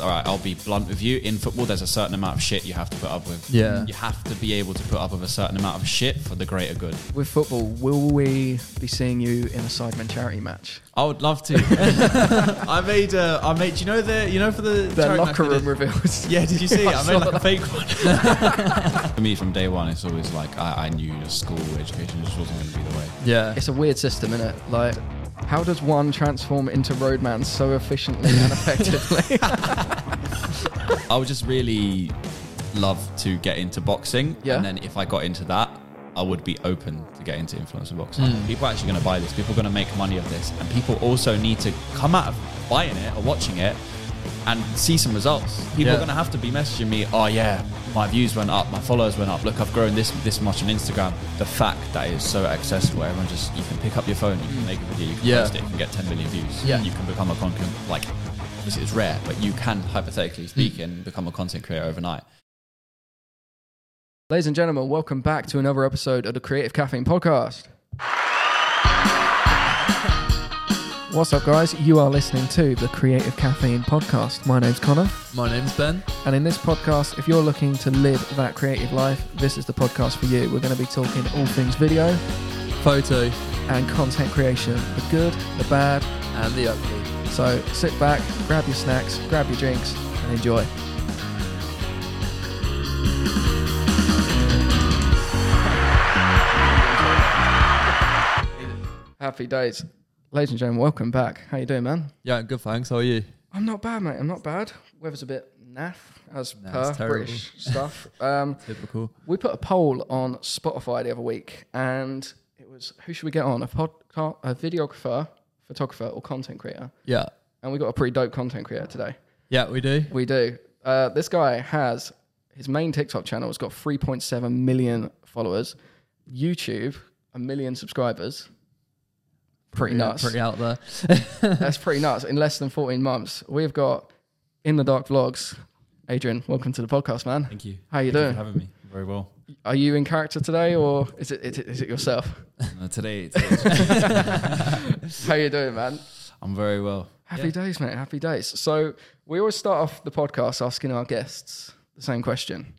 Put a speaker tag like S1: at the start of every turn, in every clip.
S1: all right, I'll be blunt with you. In football, there's a certain amount of shit you have to put up with.
S2: Yeah.
S1: You have to be able to put up with a certain amount of shit for the greater good.
S2: With football, will we be seeing you in a Sidemen charity match?
S1: I would love to. I made, uh, I made, do you know the, you know, for the,
S2: The
S1: charity match
S2: locker
S1: we
S2: room
S1: did?
S2: reveals.
S1: Yeah, did you see?
S2: I
S1: I, made
S2: saw
S1: like a fake one. for me, from day one, it's always like I, I knew the school education just wasn't going to be the way.
S3: Yeah.
S2: It's a weird system, isn't it? Like, how does one transform into Roadman so efficiently and effectively?
S1: I would just really love to get into boxing.
S2: Yeah.
S1: And then if I got into that, I would be open to get into influencer boxing.
S3: Hmm.
S1: People are actually going to buy this. People are going to make money of this. And people also need to come out of buying it or watching it and see some results. People are
S3: Yeah.
S1: going to have to be messaging me, oh, yeah, my views went up, my followers went up. Look, I've grown this this much on Instagram. The fact that it's so accessible, everyone just, you can pick up your phone, you can make a video, you can
S3: Hmm. Yeah.
S1: post it, you can get 10 million views.
S2: Yeah.
S1: You can become a content, like, this is rare, but you can, hypothetically
S2: Hmm.
S1: speaking, become a content creator overnight.
S2: Ladies and gentlemen, welcome back to another episode of the Creative Caffeine Podcast. What's up, guys? You are listening to the Creative Caffeine Podcast. My name's Connor,
S3: My name's Ben.
S2: and in this podcast, if you're looking to live that creative life, this is the podcast for you. We're going to be talking all things video
S3: Photo
S2: and content creation the good, the bad.
S3: and the update.
S2: So sit back, grab your snacks, grab your drinks, and enjoy. Happy days. Ladies and gentlemen, welcome back. How you doing, man?
S3: Yeah, good thanks. How are you?
S2: I'm not bad, mate. I'm not bad. Weather's a bit naff, as
S3: Nah,
S2: per
S3: it's terrible.
S2: British stuff. Um,
S3: Typical.
S2: we put a poll on Spotify the other week, and it was who should we get on? A podcast, a videographer, photographer, or content creator?
S3: Yeah.
S2: And we got a pretty dope content creator today.
S3: Yeah, we do.
S2: We do. Uh, this guy has his main TikTok channel has got 3.7 million followers, YouTube a million subscribers. Pretty
S3: Yeah,
S2: nuts.
S3: Pretty out there.
S2: That's pretty nuts. In less than 14 months, we've got in the dark vlogs. Adrian, welcome to the podcast, man.
S1: Thank you.
S2: How you
S1: Thank you
S2: doing?
S1: for having me. Very well.
S2: Are you in character today, or is it is it, is it yourself?
S1: Uh, today, today-
S2: How you doing, man?
S1: I'm very well.
S2: Happy days, mate. Happy days. So we always start off the podcast asking our guests the same question: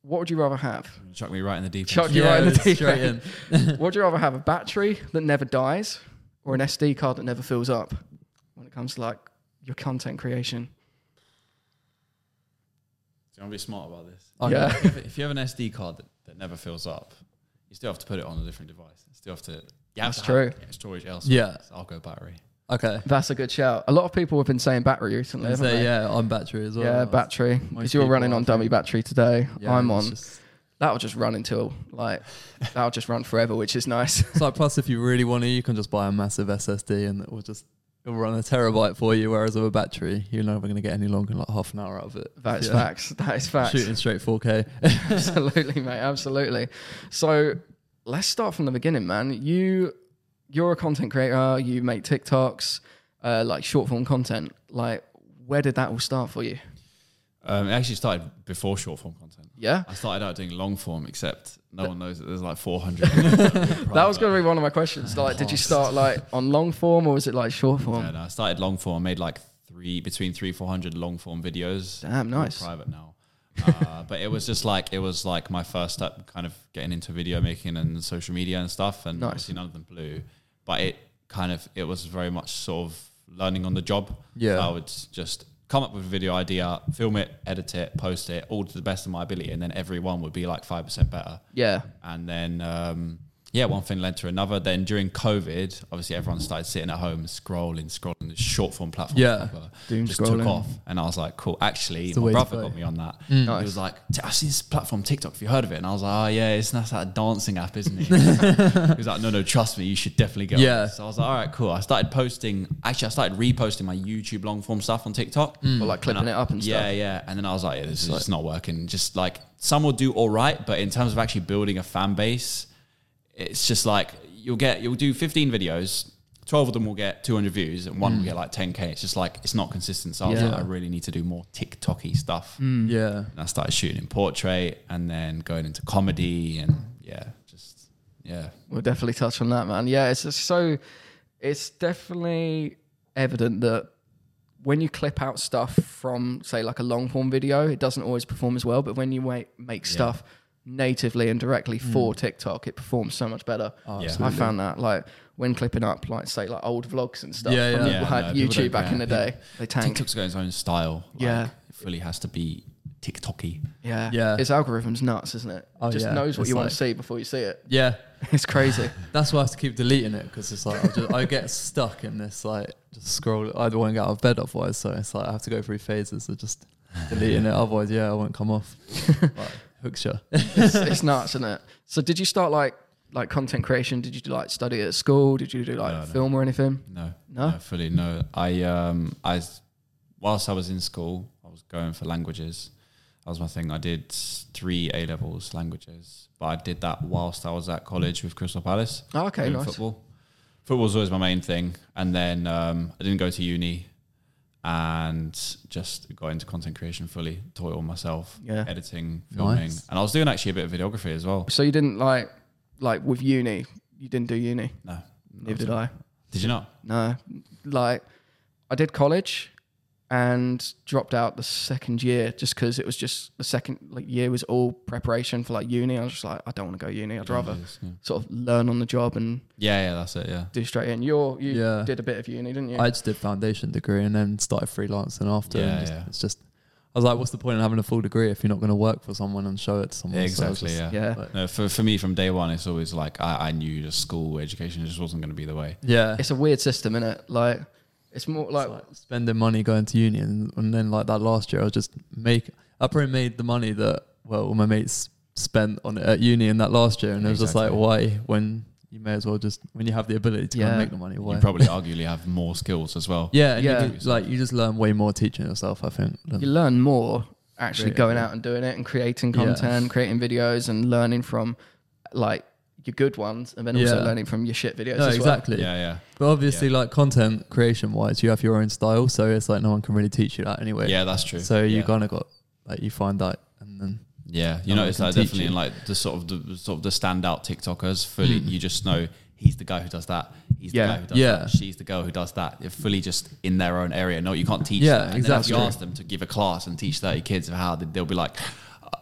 S2: What would you rather have?
S1: Chuck me right in the deep
S2: Chuck
S1: end.
S2: you right in the
S3: it's
S2: deep
S3: straight
S2: end.
S3: in.
S2: Would you rather have a battery that never dies or an SD card that never fills up when it comes to like your content creation?
S1: Do you want to be smart about this?
S3: Okay.
S2: Yeah.
S1: if, if you have an SD card that, that never fills up, you still have to put it on a different device. You still have to. You have
S2: That's
S1: to have
S2: true.
S1: yeah, storage elsewhere.
S3: Yeah.
S1: So I'll go battery.
S3: Okay.
S2: That's a good shout. A lot of people have been saying battery recently.
S3: And
S2: Haven't
S3: say,
S2: they?
S3: yeah, on battery as well.
S2: yeah,
S3: That's-
S2: battery.
S3: most
S2: Because you're
S3: people,
S2: running
S3: I
S2: on
S3: think.
S2: dummy battery today.
S3: yeah,
S2: I'm
S3: it's
S2: on.
S3: just-
S2: That'll just run until like that'll just run forever, which is nice.
S3: It's like plus if you really want to, you can just buy a massive SSD and it will just it'll run a terabyte for you. Whereas with a battery, you're never going to get any longer than like half an hour out of it.
S2: That is
S3: Yeah.
S2: facts. That is facts.
S3: Shooting straight 4K.
S2: absolutely, mate. Absolutely. So let's start from the beginning, man. You, you're a content creator. You make TikToks, uh, like short form content. Like, where did that all start for you?
S1: Um, it actually started before short form content.
S2: Yeah,
S1: I started out doing long form, except no one knows that there's like 400. that
S2: that was going to be one of my questions. Like, did you start like on long form or was it like short
S1: Yeah,
S2: form?
S1: no, I started long form. made like three between three four hundred long form videos.
S2: Damn,
S1: They're all
S2: nice.
S1: Private now, uh, but it was just like it was like my first step, kind of getting into video making and social media and stuff. And
S2: Nice.
S1: obviously none of them blew, but it kind of it was very much sort of learning on the job.
S3: Yeah.
S1: So I would just come up with a video idea, film it, edit it, post it, all to the best of my ability, and then every one would be like five percent better
S2: Yeah,
S1: and then um, yeah, one thing led to another. Then during COVID, obviously everyone started sitting at home, scrolling, scrolling the short form platform.
S3: Yeah.
S2: Doom
S1: just
S2: scrolling.
S1: took off, and I was like, cool. Actually,
S3: the
S1: my
S3: way to Mm.
S1: brother
S3: go.
S1: got me on that.
S2: Nice.
S1: He was like, "T- I've seen this platform TikTok. Have you heard of it? And I was like, oh yeah, it's that's that dancing app, isn't it? he was like, no, no, trust me, you should definitely go.
S3: Yeah.
S1: So I was like, all right, cool. I started posting. Actually, I started reposting my YouTube long form stuff on TikTok.
S3: Mm.
S2: or like clipping
S1: Mm, I-
S2: it up and
S1: yeah,
S2: stuff.
S1: yeah. And then I was like, yeah, this is just not working. Just like some will do all right, but in terms of actually building a fan base, it's just like you'll get you'll do 15 videos, 12 of them will get 200 views, and one will get like 10k. It's just like it's not consistent. So I was
S2: Mm. Yeah. Mm.
S1: like, I really need to do more TikToky stuff.
S3: yeah.
S1: And I started shooting in portrait and then going into comedy and yeah, just yeah.
S2: We'll definitely touch on that, man. Yeah, it's just so it's definitely evident that when you clip out stuff from say like a long form video, it doesn't always perform as well. But when you wait, make stuff natively and directly
S3: Mm.
S2: for TikTok, it performs so much better.
S3: Oh,
S1: Yeah.
S2: I found that like when clipping up like say like old vlogs and stuff
S3: Yeah,
S2: from
S3: yeah.
S1: Yeah,
S2: like,
S1: no, people don't
S2: YouTube back in the
S1: care.
S2: day, they tank.
S1: TikTok's got its own style. Like,
S2: Yeah.
S1: It fully has to be TikToky.
S2: Yeah.
S3: Yeah.
S2: Its algorithm's nuts, isn't it?
S3: Oh,
S2: it just
S3: yeah.
S2: knows what
S3: It's
S2: you want
S3: like-
S2: to see before you see it.
S3: Yeah,
S2: It's crazy.
S3: that's why I have to keep deleting it because it's like I, just, I get stuck in this like just scroll. I won't get out of bed otherwise, so it's like I have to go through phases of just deleting it. Otherwise, yeah, I won't come off. like, hooks you.
S2: it's, it's nuts, isn't it? So did you start like like content creation? Did you do like study at school? Did you do like
S1: No, no.
S2: film or anything?
S1: No,
S2: No?
S1: fully no. I um, I s- whilst I was in school, I was going for languages. That was my thing. I did three A levels languages, but I did that whilst I was at college with Crystal Palace.
S2: Oh, okay,
S1: doing
S2: nice.
S1: Football. Football's always my main thing, and then um, I didn't go to uni, and just got into content creation fully, taught it all myself,
S2: Yeah.
S1: editing, filming,
S3: Nice.
S1: and I was doing actually a bit of videography as well.
S2: So you didn't like like with uni, you didn't do uni.
S1: No,
S2: Neither did I.
S1: Did you not?
S2: No. Like I did college and dropped out the second year just because it was just the second like year was all preparation for like uni. I was just like, I don't want to go uni. I'd rather
S1: Yeah,
S2: sort of learn on the job and
S1: yeah, that's it. Yeah,
S2: do straight in. You're, you
S3: Yeah.
S2: did a bit of uni, didn't you?
S3: I just did foundation degree and then started freelancing after.
S1: Yeah,
S3: and just,
S1: yeah.
S3: It's just I was like, what's the point in having a full degree if you're not going to work for someone and show it to someone? So it's
S1: exactly.
S3: just-
S1: yeah.
S2: yeah.
S3: But-
S1: No, for, for me, from day one, it's always like I, I knew just school education just wasn't going to be the way.
S3: yeah.
S2: It's a weird system, isn't it? Like, it's more like,
S3: It's like spending money going to uni and, and then like that last year I was just make I probably made the money that well all my mates spent on it at uni in that last year and it was just
S1: Exactly.
S3: like why when you may as well just when you have the ability to go
S2: Yeah.
S3: and make the money why
S1: You probably arguably have more skills as well.
S3: yeah and
S2: Yeah.
S3: You could, like you just learn way more teaching yourself I think than-
S2: you learn more actually
S3: Creative,
S2: going
S3: yeah.
S2: out and doing it and creating
S3: Yeah.
S2: content, creating videos, and learning from like your good ones, and then also
S3: Yeah.
S2: learning from your shit videos.
S3: no
S2: as
S3: exactly
S1: Yeah, yeah,
S3: but obviously like content creation wise you have your own style so it's like no one can really teach you that anyway
S1: yeah. That's true.
S3: so you
S1: yeah.
S3: kind of got like you find that and then
S1: yeah. You
S3: No one
S1: notice
S3: can
S1: that
S3: teach
S1: definitely
S3: you. Mm.
S1: in like the sort of the sort of the standout TikTokers. Fully, you just know he's the guy who does that. He's
S2: Yeah.
S1: the guy who does
S3: Yeah.
S1: that. She's the girl who does that. They're fully just in their own area. No, you can't teach.
S3: Yeah,
S1: that. And then if
S3: exactly.
S1: you ask them to give a class and teach thirty kids how, they- they'll be like.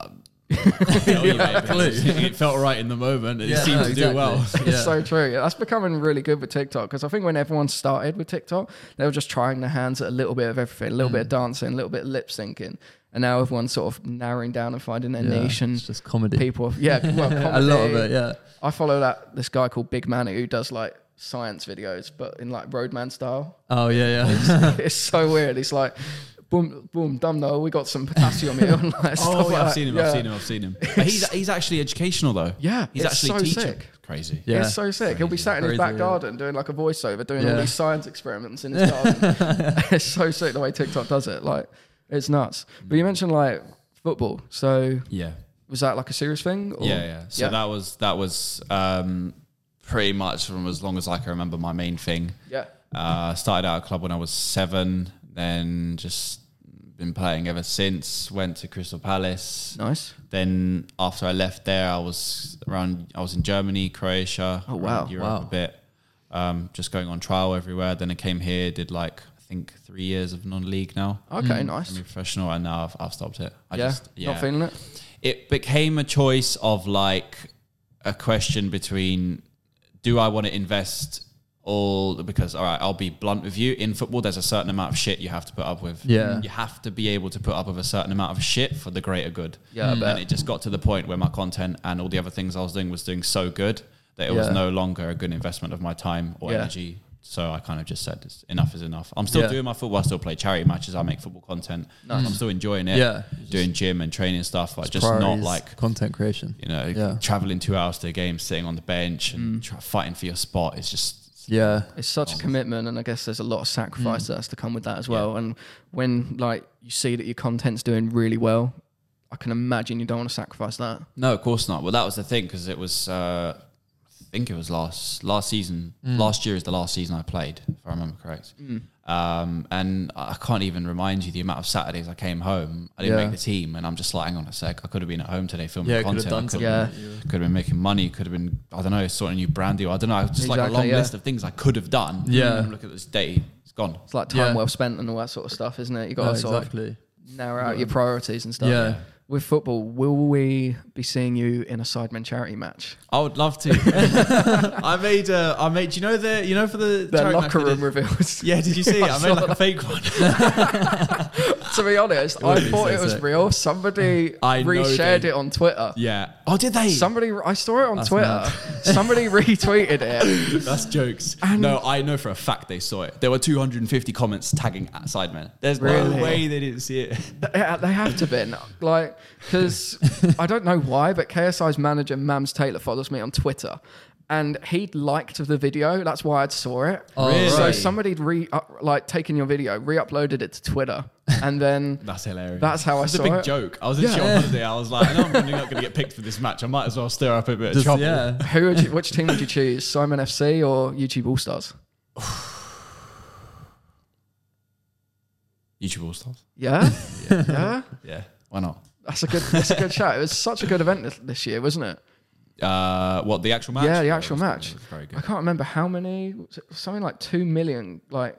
S1: Uh, I can't tell you, mate, because it felt right in the moment. It seemed
S3: no,
S1: to
S3: exactly.
S1: do well.
S2: It's so true. Yeah, That's becoming really good with TikTok because I think when everyone started with TikTok, they were just trying their hands at a little bit of everything, a little bit of
S3: Mm.
S2: dancing, a little bit of lip syncing, and now everyone's sort of narrowing down and finding their
S3: yeah,
S2: niche and
S3: it's just comedy
S2: people. Yeah, well,
S3: a lot of
S2: comedy,
S3: it yeah
S2: I follow that this guy called Big Manny who does like science videos, but in like roadman style.
S3: oh yeah yeah
S2: it's so weird. He's like, boom, boom, dum no, we got some potassium here. And like, stuff
S1: Oh, yeah,
S2: like
S1: I've
S2: that.
S1: seen him.
S2: Yeah.
S1: I've seen him. I've seen him. But he's he's actually educational though.
S2: Yeah,
S1: he's
S2: it's
S1: actually
S2: so
S1: teaching.
S2: sick.
S1: Crazy.
S3: Yeah.
S2: It's so sick. He'll be sat in his
S3: Crazy,
S2: back
S3: yeah.
S2: garden doing like a voiceover, doing all
S3: Yeah.
S2: these science experiments in his garden. it's so sick the way TikTok does it. Like, it's nuts. But you mentioned like football. So
S1: Yeah.
S2: was that like a serious thing? Or?
S1: Yeah, yeah. So
S2: yeah.
S1: that was that was um, pretty much from as long as I can remember my main thing.
S2: yeah.
S1: Uh, started out at a club when I was seven, then just been playing ever since. Went to Crystal Palace.
S2: Nice.
S1: Then after I left there, I was around. I was in Germany, Croatia.
S2: Oh,
S1: around
S2: wow.
S1: Europe
S3: Wow.
S1: a bit. Um, just going on trial everywhere. Then I came here, did like I think three years of non-league now.
S2: Okay, nice.
S1: semi-professional, and now I've, I've stopped it. Mm. I
S2: Oh. yeah.
S1: just yeah.
S2: Not feeling it?
S1: it became a choice of like a question between do I want to invest all because all right, I'll be blunt with you. In football, there's a certain amount of shit you have to put up with.
S3: Yeah.
S1: You have to be able to put up with a certain amount of shit for the greater good.
S2: Yeah, I bet.
S1: And it just got to the point where my content and all the other things I was doing was doing so good that it was
S3: Yeah.
S1: no longer a good investment of my time or
S2: Yeah.
S1: energy. So I kind of just said it's- enough is enough. I'm still
S3: Yeah.
S1: doing my football, I still play charity matches, I make football content. I'm still enjoying it.
S3: Yeah.
S1: Doing gym and training stuff. Like just not
S3: priorities,
S1: like
S3: content creation.
S1: you know
S3: Yeah. Mm.
S1: traveling two hours to a game, sitting on the bench and try, fighting for your spot. It's just
S3: Yeah,
S2: It's
S1: Oh.
S2: such a commitment, and I guess there's a lot of
S1: Mm.
S2: sacrifice that has to come with that as well. And when like you see that your content's doing really well, I can imagine you don't want to sacrifice that.
S1: no, of course not. Well, that was the thing because it was uh,
S3: Mm.
S1: I think it was last last season. Last year is the last season I played, if I remember correct. Um, and I can't even remind you the amount of Saturdays I came home. I didn't
S3: Yeah.
S1: make the team, and I'm just like, hang on a sec. I could have been at home today filming
S3: Yeah, could
S1: content.
S3: have done
S1: I could,
S3: something.
S2: Yeah.
S3: that you were-
S1: could have been making money. Could have been I don't know sorting a new brand deal. I don't know. Just like a
S2: Exactly,
S1: long
S2: yeah.
S1: list of things I could have done.
S3: Yeah.
S1: And look at this day. It's gone.
S2: It's like time
S3: Yeah.
S2: well spent and all that sort of stuff, isn't it? You got
S3: No,
S2: to sort
S3: exactly.
S2: of narrow out your priorities and stuff.
S3: Yeah.
S2: With football, will we be seeing you in a Sidemen charity match?
S1: I would love to. I made. Uh, I made. Do you know the? You know for the,
S2: The
S1: charity match
S2: locker
S1: I did-
S2: room reveals.
S1: Yeah, did you see it? I,
S2: I
S1: made
S2: saw
S1: like a fake one.
S2: to be honest, I
S3: be
S2: thought
S3: so
S2: it was
S3: sick.
S2: real. Somebody
S1: I know
S2: reshared
S1: they-
S2: it on Twitter.
S1: yeah. Oh, did they?
S2: Somebody, I saw it on
S3: That's
S2: Twitter. Somebody retweeted it.
S1: That's jokes. no, I know for a fact they saw it. There were 250 comments tagging at Sidemen. There's
S2: Really?
S1: no way they didn't see it.
S2: Yeah, they have to been like because I don't know why, but KSI's manager Mams Taylor follows me on Twitter, and he liked the video. That's why I saw it.
S3: Oh,
S2: So
S1: Really?
S2: somebody'd re up, like taken your video, re-uploaded it to Twitter, and then
S1: That's hilarious.
S2: That's how I
S1: it's
S2: saw
S1: a big
S2: it.
S1: joke. I was in
S2: Yeah.
S1: yeah. on holiday. I was like, I know I'm probably not going to get picked for this match. I might as well stir up a bit of
S3: Just-
S1: trouble.
S3: yeah.
S2: who would you, which team would you choose? Simon FC or YouTube All Stars?
S1: YouTube All Stars.
S2: Yeah, yeah.
S1: Yeah. Why not?
S2: That's a good. That's a good shout. It was such a good event this, this year, wasn't it?
S1: Uh, what the actual match?
S2: Yeah, the
S1: it
S2: actual
S1: was-
S2: match.
S1: It was very
S2: I
S1: good.
S2: can't remember how many. was it Something like two million, like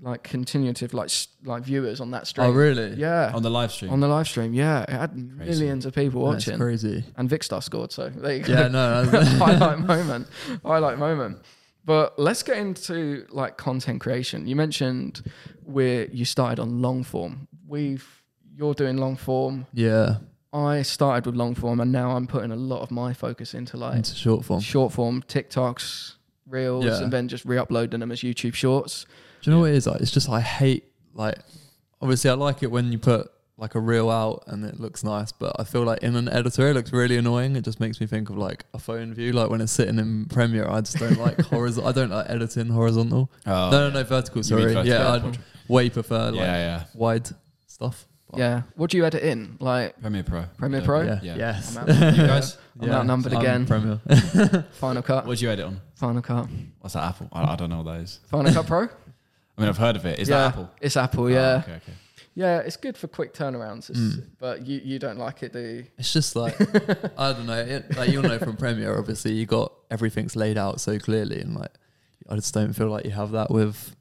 S2: like continuative, like s- like viewers on that stream.
S3: Oh, really?
S2: Yeah,
S1: On the live stream.
S2: on the live stream. Yeah, it had millions of people
S3: That's
S2: watching.
S3: crazy.
S2: And Vicstar scored, so there you go.
S3: Yeah, no, that's,
S2: highlight moment. Highlight moment. But let's get into like content creation. You mentioned where you started on long form. We've you're doing long form.
S3: yeah.
S2: I started with long form, and now I'm putting a lot of my focus into like
S3: Into short form.
S2: short form TikToks, reels,
S3: Yeah.
S2: and then just re-uploading them as YouTube Shorts.
S3: Do you know what it is? Like, it's just I hate like. Obviously, I like it when you put like a reel out and it looks nice, but I feel like in an editor it looks really annoying. It just makes me think of like a phone view, like when it's sitting in Premiere. I just don't like horizontal. I don't like editing horizontal.
S1: Oh,
S3: no, no, no,
S1: You
S3: vertical.
S1: mean
S3: Sorry,
S1: vertical,
S3: yeah,
S1: yeah.
S3: I'd way prefer like
S1: yeah, yeah.
S3: wide stuff. But-
S2: Yeah. What do you edit in? Like
S1: Premiere Pro.
S2: Premiere
S1: Yeah.
S2: Pro?
S3: yeah,
S1: Yeah.
S3: yes.
S2: I'm out-
S1: You guys,
S2: I'm outnumbered again.
S3: Premiere.
S2: Final Cut,
S1: what do you edit on?
S2: Final Cut,
S1: What's that Apple? I, I don't know what that is.
S2: Final Cut Pro.
S1: I mean, I've heard of it. Is
S2: yeah,
S1: that Apple?
S2: It's Apple.
S1: Oh,
S2: Yeah.
S1: okay, Hmm. okay.
S2: Yeah, it's good for quick turnarounds. It's, But you you don't like it, do you?
S3: It's just like I don't know. It, like you'll know from Premiere, obviously, you got everything's laid out so clearly, and like I just don't feel like you have that with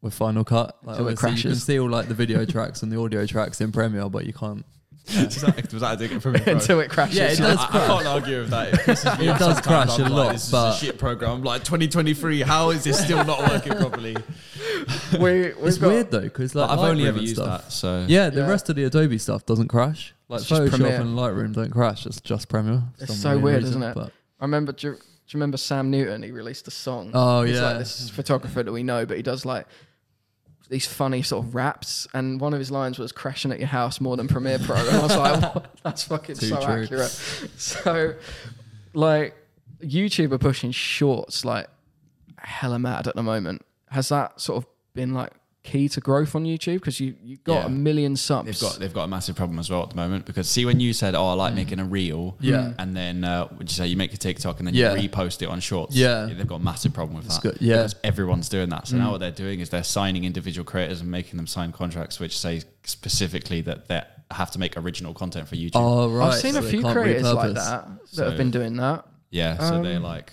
S3: with Final Cut. Like,
S2: Until
S3: obviously,
S2: it
S3: you can
S2: crashes.
S3: see all like the video tracks and the audio tracks in Premiere, but you can't.
S1: Is that- was that a dig at Premiere Pro?
S2: Until it crashes.
S3: Yeah, it does
S1: I, I
S3: crash.
S1: can't argue with that. It pisses me
S3: It
S1: off
S3: does
S1: sometimes.
S3: crash
S1: I'm
S3: a
S1: like,
S3: lot,
S1: This
S3: but-
S1: is a shit program. Like 2023, how is this still not working properly?
S2: we, we've
S3: It's
S2: got,
S3: weird though, because like
S1: I've only
S3: Lightroom
S1: ever
S3: and
S1: used
S3: stuff.
S1: that, so
S3: Yeah, the
S2: Yeah.
S3: rest of the Adobe stuff doesn't crash. Like
S2: It's just
S3: Photoshop
S2: Premiere.
S3: and Lightroom don't crash. It's just Premiere. for
S2: It's
S3: some
S2: so
S3: weird
S2: weird,
S3: reason,
S2: isn't it?
S3: But
S2: I remember. Do you, do you remember Sam Newton? He released a song.
S3: Oh,
S2: He's
S3: yeah.
S2: like this photographer that we know, but he does like these funny sort of raps. And one of his lines was "crashing at your house more than Premiere Pro," and I was like, what? "That's fucking
S3: Too
S2: so
S3: true.
S2: accurate." So, like, YouTube are pushing shorts like hella mad at the moment. Has that sort of been like key to growth on YouTube? Because you you got
S1: Yeah.
S2: a million subs.
S1: They've got they've got a massive problem as well at the moment because see when you said oh I like making a reel
S3: Mm. Yeah.
S1: and then uh, would you say you make a TikTok and then
S3: Yeah.
S1: you repost it on Shorts
S3: Yeah.
S1: they've got a massive problem with that
S3: good, yeah. Mm.
S1: because everyone's doing that so now what they're doing is they're signing individual creators and making them sign contracts which say specifically that they have to make original content for YouTube
S3: oh right,
S2: I've seen
S3: so
S2: a
S3: they
S2: few
S3: can't
S2: creators like
S3: repurpose.
S2: that that
S1: So-
S2: have been doing that.
S1: Yeah, so they're
S3: um,
S1: like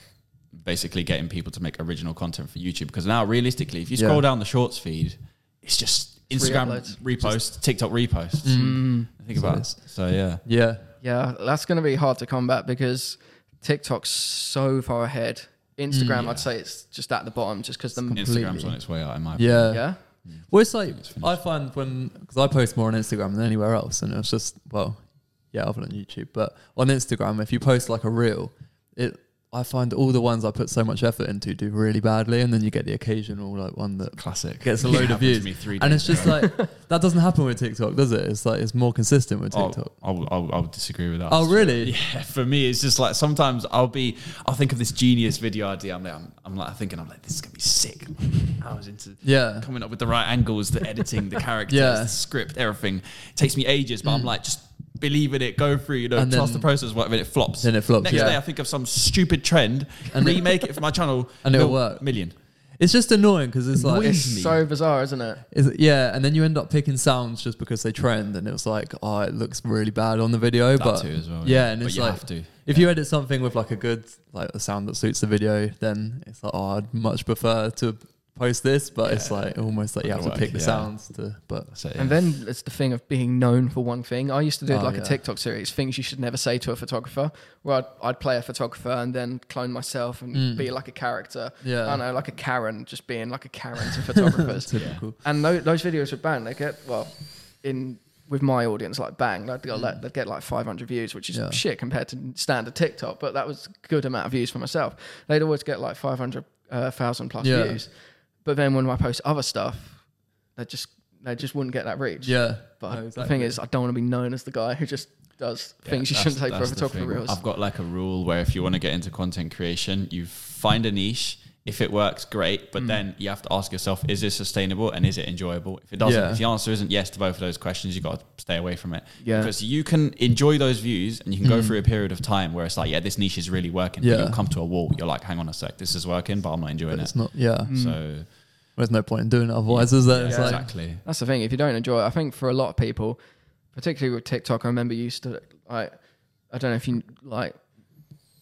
S1: basically getting people to make original content for YouTube because now realistically, if you scroll
S3: Yeah.
S1: down the shorts feed, it's just Instagram
S2: Re-uploads.
S1: repost, TikTok reposts.
S3: Mm.
S1: Think about it. So yeah,
S3: Yeah,
S2: Yeah, that's going to be hard to combat because TikTok's so far ahead.
S3: Mm,
S2: Instagram, I'd say it's just at the bottom, just because the
S1: Instagram's on its way out in my opinion.
S3: yeah,
S2: yeah.
S3: Well, it's like I find when because I post more on Instagram than anywhere else, and it's just well, yeah, other than YouTube, but on Instagram, if you post like a reel, it I find all the ones I put so much effort into do really badly, and then you get the occasional like one that
S1: Classic.
S3: gets a load
S1: It
S3: of
S1: happened to
S3: views,
S1: me three
S3: and
S1: days
S3: it's just
S1: ago.
S3: like that doesn't happen with TikTok, does it? It's like it's more consistent with
S1: I'll-
S3: TikTok.
S1: I'll, I'll, I'll disagree with that.
S3: Oh, really?
S1: Yeah, for me, it's just like sometimes I'll be, I'll think of this genius video idea. I'm like, I'm, I'm like thinking, I'm like, this is gonna be sick. I was into
S3: Yeah,
S1: coming up with the right angles, the editing, the characters,
S3: Yeah. Mm.
S1: the script, everything. It takes me ages, but I'm like, just believe in it, go through, you know,
S3: And
S1: trust
S3: then-
S1: the process, whatever, and it flops.
S3: Then it flops,
S1: Next
S3: yeah.
S1: day, I think of some stupid trend,
S3: And it-
S1: remake it for my channel,
S3: and it'll
S1: mil-
S3: work.
S1: Million.
S3: It's just annoying because it's like
S2: It's
S1: me.
S2: so bizarre, isn't it?
S3: Is it, yeah, and then you end up picking sounds just because they trend, and it was like, oh, it looks really bad on the video,
S1: That
S3: but
S1: too as well.
S3: yeah, and
S1: but
S3: it's
S1: you
S3: like-
S1: have to.
S3: if you edit something with like a good like a sound that suits the video, then it's like, oh, I'd much prefer to post this, but it's
S1: Yeah.
S3: like almost like you have
S1: Gotta
S3: to pick
S1: work,
S3: the
S1: yeah.
S3: sounds to. But
S1: So, yeah.
S2: And then it's the thing of being known for one thing. I used to do
S3: Oh,
S2: like a
S3: yeah.
S2: TikTok series, things you should never say to a photographer, where I'd, I'd play a photographer and then clone myself and
S3: Mm.
S2: be like a character. I
S3: yeah,
S2: don't know, like a Karen, just being like a Karen to photographers.
S3: typical.
S2: and tho- those videos would bang. They get well in with my audience, like bang, they'd, go,
S1: Mm.
S2: like, they'd get like 500 views, which is
S3: Yeah.
S2: shit compared to standard TikTok, but that was a good amount of views for myself. They'd always get like 500,000 uh, thousand plus
S3: Yeah.
S2: views, but then when I post other stuff, they just they just wouldn't get that reach.
S3: Yeah,
S2: But
S3: No,
S2: the thing is, I don't want to be known as the guy who just does
S1: Yeah,
S2: things you
S1: that's-
S2: shouldn't take for a
S1: that's the
S2: photographer
S1: thing.
S2: reels.
S1: I've got like a rule where if you want to get into content creation, you find a niche. If it works, great.
S2: Mm.
S1: But then you have to ask yourself, is this sustainable and is it enjoyable? If it doesn't,
S3: Yeah.
S1: if the answer isn't yes to both of those questions, you got to stay away from it.
S2: Yeah. Mm.
S1: Because you can enjoy those views and you can go through a period of time where it's like, yeah, this niche is really working. But
S3: Yeah.
S1: you'll come to a wall. You're like, hang on a sec, this is working, but I'm not enjoying
S3: but
S1: it.
S3: it's not. Yeah,
S2: Mm.
S1: So
S3: there's no point in doing it otherwise, is there?
S1: yeah,
S3: it's like,
S1: exactly.
S2: That's the thing. If you don't enjoy it, I think for a lot of people, particularly with TikTok, I remember you used to like. I don't know if you like.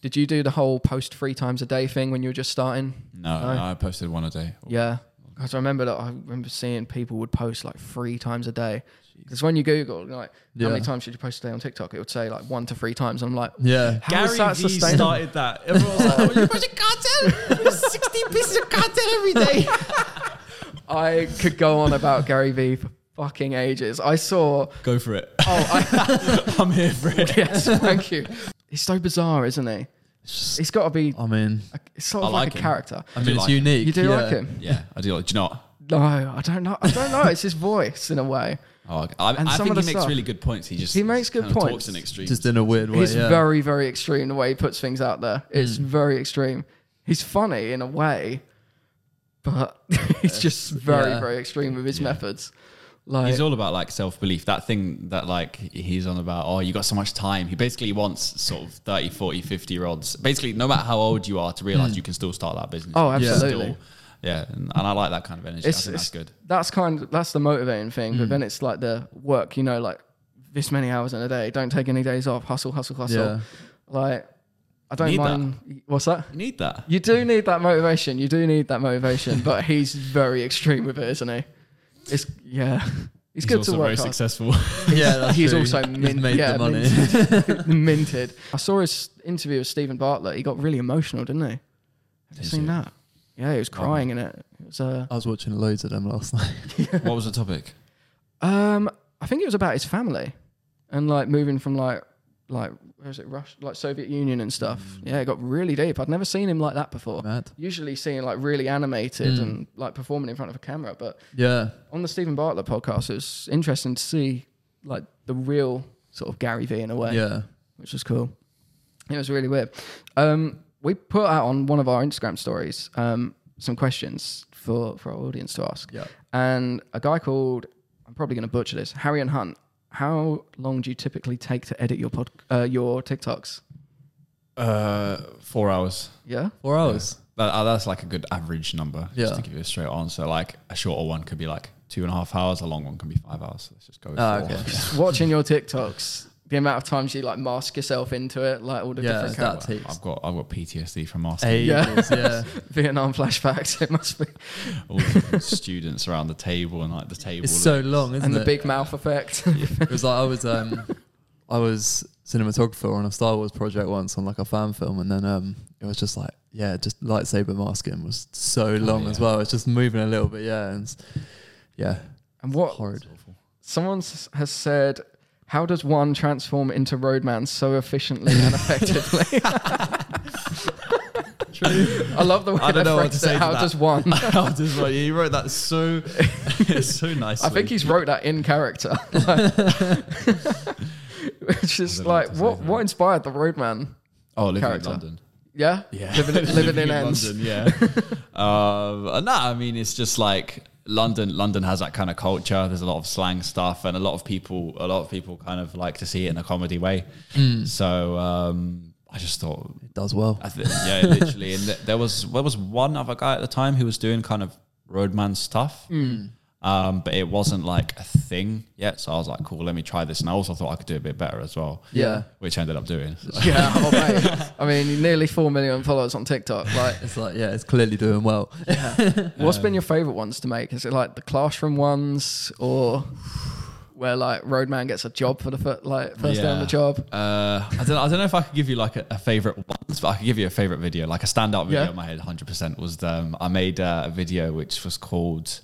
S2: Did you do the whole post three times a day thing when you were just starting?
S1: No,
S2: No.
S1: no, I posted one a day.
S2: Yeah, because I remember that. I remember seeing people would post like three times a day. Because when you Google like
S3: Yeah.
S2: how many times should you post a day on TikTok, it would say like one to three times. I'm like,
S3: yeah,
S2: how is that sustainable?
S1: that. Everyone was like, oh, you're posting content?
S2: 60 pieces of content every day. I could go on about Gary Vee for fucking ages. I saw.
S1: Go for it.
S2: Oh, I,
S1: I'm here for it.
S2: yes, thank you. He's so bizarre, isn't he?
S3: It's just-
S2: He's got to be.
S3: I mean,
S2: a- It's sort
S1: I
S2: of like,
S1: like
S2: a
S1: him.
S2: character.
S3: I
S1: do
S3: mean, it's
S1: like it.
S3: unique.
S2: You do
S3: yeah.
S2: like him?
S1: Yeah, I do. Like, do you not?
S2: No, I don't know. I don't know. It's his voice in a way.
S1: Oh, I,
S2: And
S1: I
S2: some
S1: think he
S2: of the
S1: makes
S2: stuff-
S1: really good points. He just
S2: He makes
S1: just
S2: good
S1: kind of
S2: points.
S1: Talks in extreme.
S3: Just in a weird way.
S2: He's
S3: Yeah.
S2: very, very extreme the way he puts things out there. It's
S1: Mm.
S2: very extreme. He's funny in a way, but he's just very,
S3: yeah.
S2: very extreme with his
S1: Yeah.
S2: methods. Like
S1: He's all about like self belief. That thing that like he's on about, oh, you got so much time. He basically wants sort of 30, 40, 50 year olds. Basically, no matter how old you are, to realize you can still start that business.
S2: Hmm. Oh,
S1: You can still-
S2: absolutely.
S1: yeah, and, and I like that kind of energy. I
S2: it's,
S1: think
S2: it's
S1: that's good.
S2: that's kind of that's the motivating thing.
S1: Mm.
S2: But then it's like the work, you know, like this many hours in a day. Don't take any days off. Hustle, hustle, hustle.
S3: Yeah.
S2: Like I don't
S1: Need that.
S2: mind. What's that?
S1: You need that.
S2: You do need that motivation. You do need that motivation, but he's very extreme with it, isn't he? It's yeah. He's, good
S1: also
S2: to work
S1: very
S2: on.
S1: successful.
S3: yeah, that's
S2: He's
S3: true.
S2: also
S3: He's
S2: min-
S3: made
S2: yeah,
S3: the money.
S2: minted. minted. I saw his interview with Stephen Bartlett. He got really emotional, didn't he? Have you
S1: Did
S2: seen
S1: he?
S2: that? Yeah, he was crying in it. It was uh,
S3: I was watching loads of them last night.
S1: what was the topic?
S2: um, I think it was about his family and like moving from like like where is it Russia, like Soviet Union and stuff. Yeah, it got really deep. I'd never seen him like that before.
S3: Mad.
S2: Usually seeing like really animated
S3: Uh, Mm.
S2: and like performing in front of a camera, but
S3: Yeah.
S2: on the Stephen Bartlett podcast, it was interesting to see like the real sort of Gary Vee in a way,
S3: Yeah.
S2: which was cool. It was really weird. Um, we put out on one of our Instagram stories um, some questions for, for our audience to ask.
S3: Yeah.
S2: And a guy called, I'm probably going to butcher this, Harry and Hunt. How long do you typically take to edit your pod, uh, your TikToks?
S1: Uh, four hours.
S2: Yeah.
S3: Four hours.
S1: That, uh, that's like a good average number. Just
S3: Yeah.
S1: to give you a straight answer, like a shorter one could be like two and a half hours, a long one can be five hours. So let's just go. With
S3: Ah,
S1: four.
S3: okay.
S2: Just watching your TikToks, the amount of times you like mask yourself into it, like all the
S3: Yeah,
S2: different
S3: that
S2: characters.
S3: takes
S1: I've got I've got PTSD from asking
S3: ages.
S2: Yeah.
S3: Yeah.
S2: Vietnam flashbacks, it must be.
S1: all the different students around the table and like the table.
S3: It's so long, isn't
S2: and the
S3: it?
S2: big mouth effect.
S3: it was like I was um, I was cinematographer on a Star Wars project once on like a fan film, and then um, it was just like yeah, just lightsaber masking was so long as
S1: yeah.
S3: well. It's just moving a little bit, yeah, and it's- yeah,
S2: and what
S3: horrid.
S2: someone s- has said, how does one transform into Roadman so efficiently and effectively? I love the way
S1: I don't
S2: they
S1: know what
S2: phrased
S1: to say to
S2: it. How
S1: that.
S2: does one?
S1: I just like, you wrote that so so nicely.
S2: I think he's wrote that in character. It's just
S1: don't know what
S2: like
S1: to say
S2: what
S1: to
S2: what
S1: that.
S2: inspired the Roadman?
S1: oh living
S2: character.
S1: in London.
S2: Yeah, living, in- living in ends.
S1: London, yeah. um, and no, I mean it's just like London. London has that kind of culture. There's a lot of slang stuff,
S2: Hmm.
S1: and a lot of people, a lot of people kind of like to see it in a comedy way. So um, I just thought,
S3: It does well.
S1: I th- yeah, literally. And th- there was there was one other guy at the time who was doing kind of roadman stuff,
S2: Hmm.
S1: um, but it wasn't like a thing yet. So I was like, cool, let me try this. And I also thought I could do a bit better as well.
S3: Yeah.
S1: which I ended up doing.
S2: Yeah, oh, mate. I mean, nearly four million followers on TikTok. Like,
S3: It's like yeah, it's clearly doing well.
S2: what's
S1: Um,
S2: been your favorite ones to make? Is it like the classroom ones, or where like Roadman gets a job for the fir- like first day on
S1: Yeah.
S2: the job?
S1: Uh, I don't. I don't know if I could give you like a, a favorite ones, but I could give you a favorite video, like a standout video
S2: Yeah.
S1: in my head. Hundred percent was the, um, I made uh, a video which was called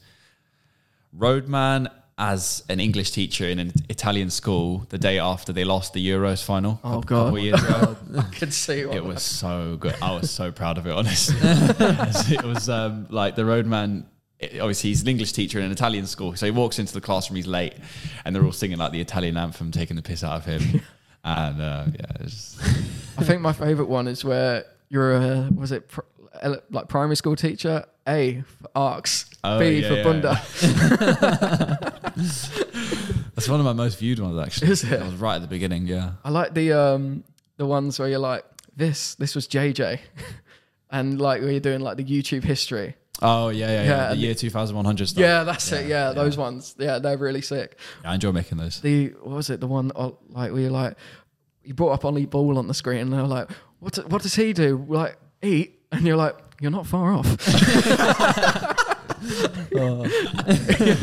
S1: "Roadman as an English Teacher in an Italian School" the day after they lost the Euros final.
S2: Oh,
S1: a couple
S2: God.
S1: years ago.
S2: I could see what
S1: It was so good. I was so proud of it, honestly. it was um, like the roadman. it- Obviously, he's an English teacher in an Italian school, so he walks into the classroom. He's late, and they're all singing like the Italian anthem, taking the piss out of him. and uh, yeah, it's
S2: I think my favorite one is where you're a was it pr- ele- like primary school teacher? A for arcs,
S1: Oh,
S2: B
S1: yeah,
S2: for
S1: yeah,
S2: bunda.
S1: that's one of my most viewed ones actually.
S2: Is it?
S1: That was right at the beginning. Yeah,
S2: I like the um the ones where you're like this. This was JJ, and like where you're doing like the YouTube history.
S1: Oh yeah, yeah, yeah.
S2: Yeah,
S1: the
S2: and-
S1: year two thousand one hundred stuff.
S2: yeah, that's it. Yeah,
S1: yeah.
S2: those ones. Yeah, they're really sick.
S1: Yeah, I enjoy making those.
S2: The what was it? The one uh, like where you're like you brought up Ollie Ball on the screen, and they're like, what? Do, what does he do? Like eat, and you're like, you're not far off. you're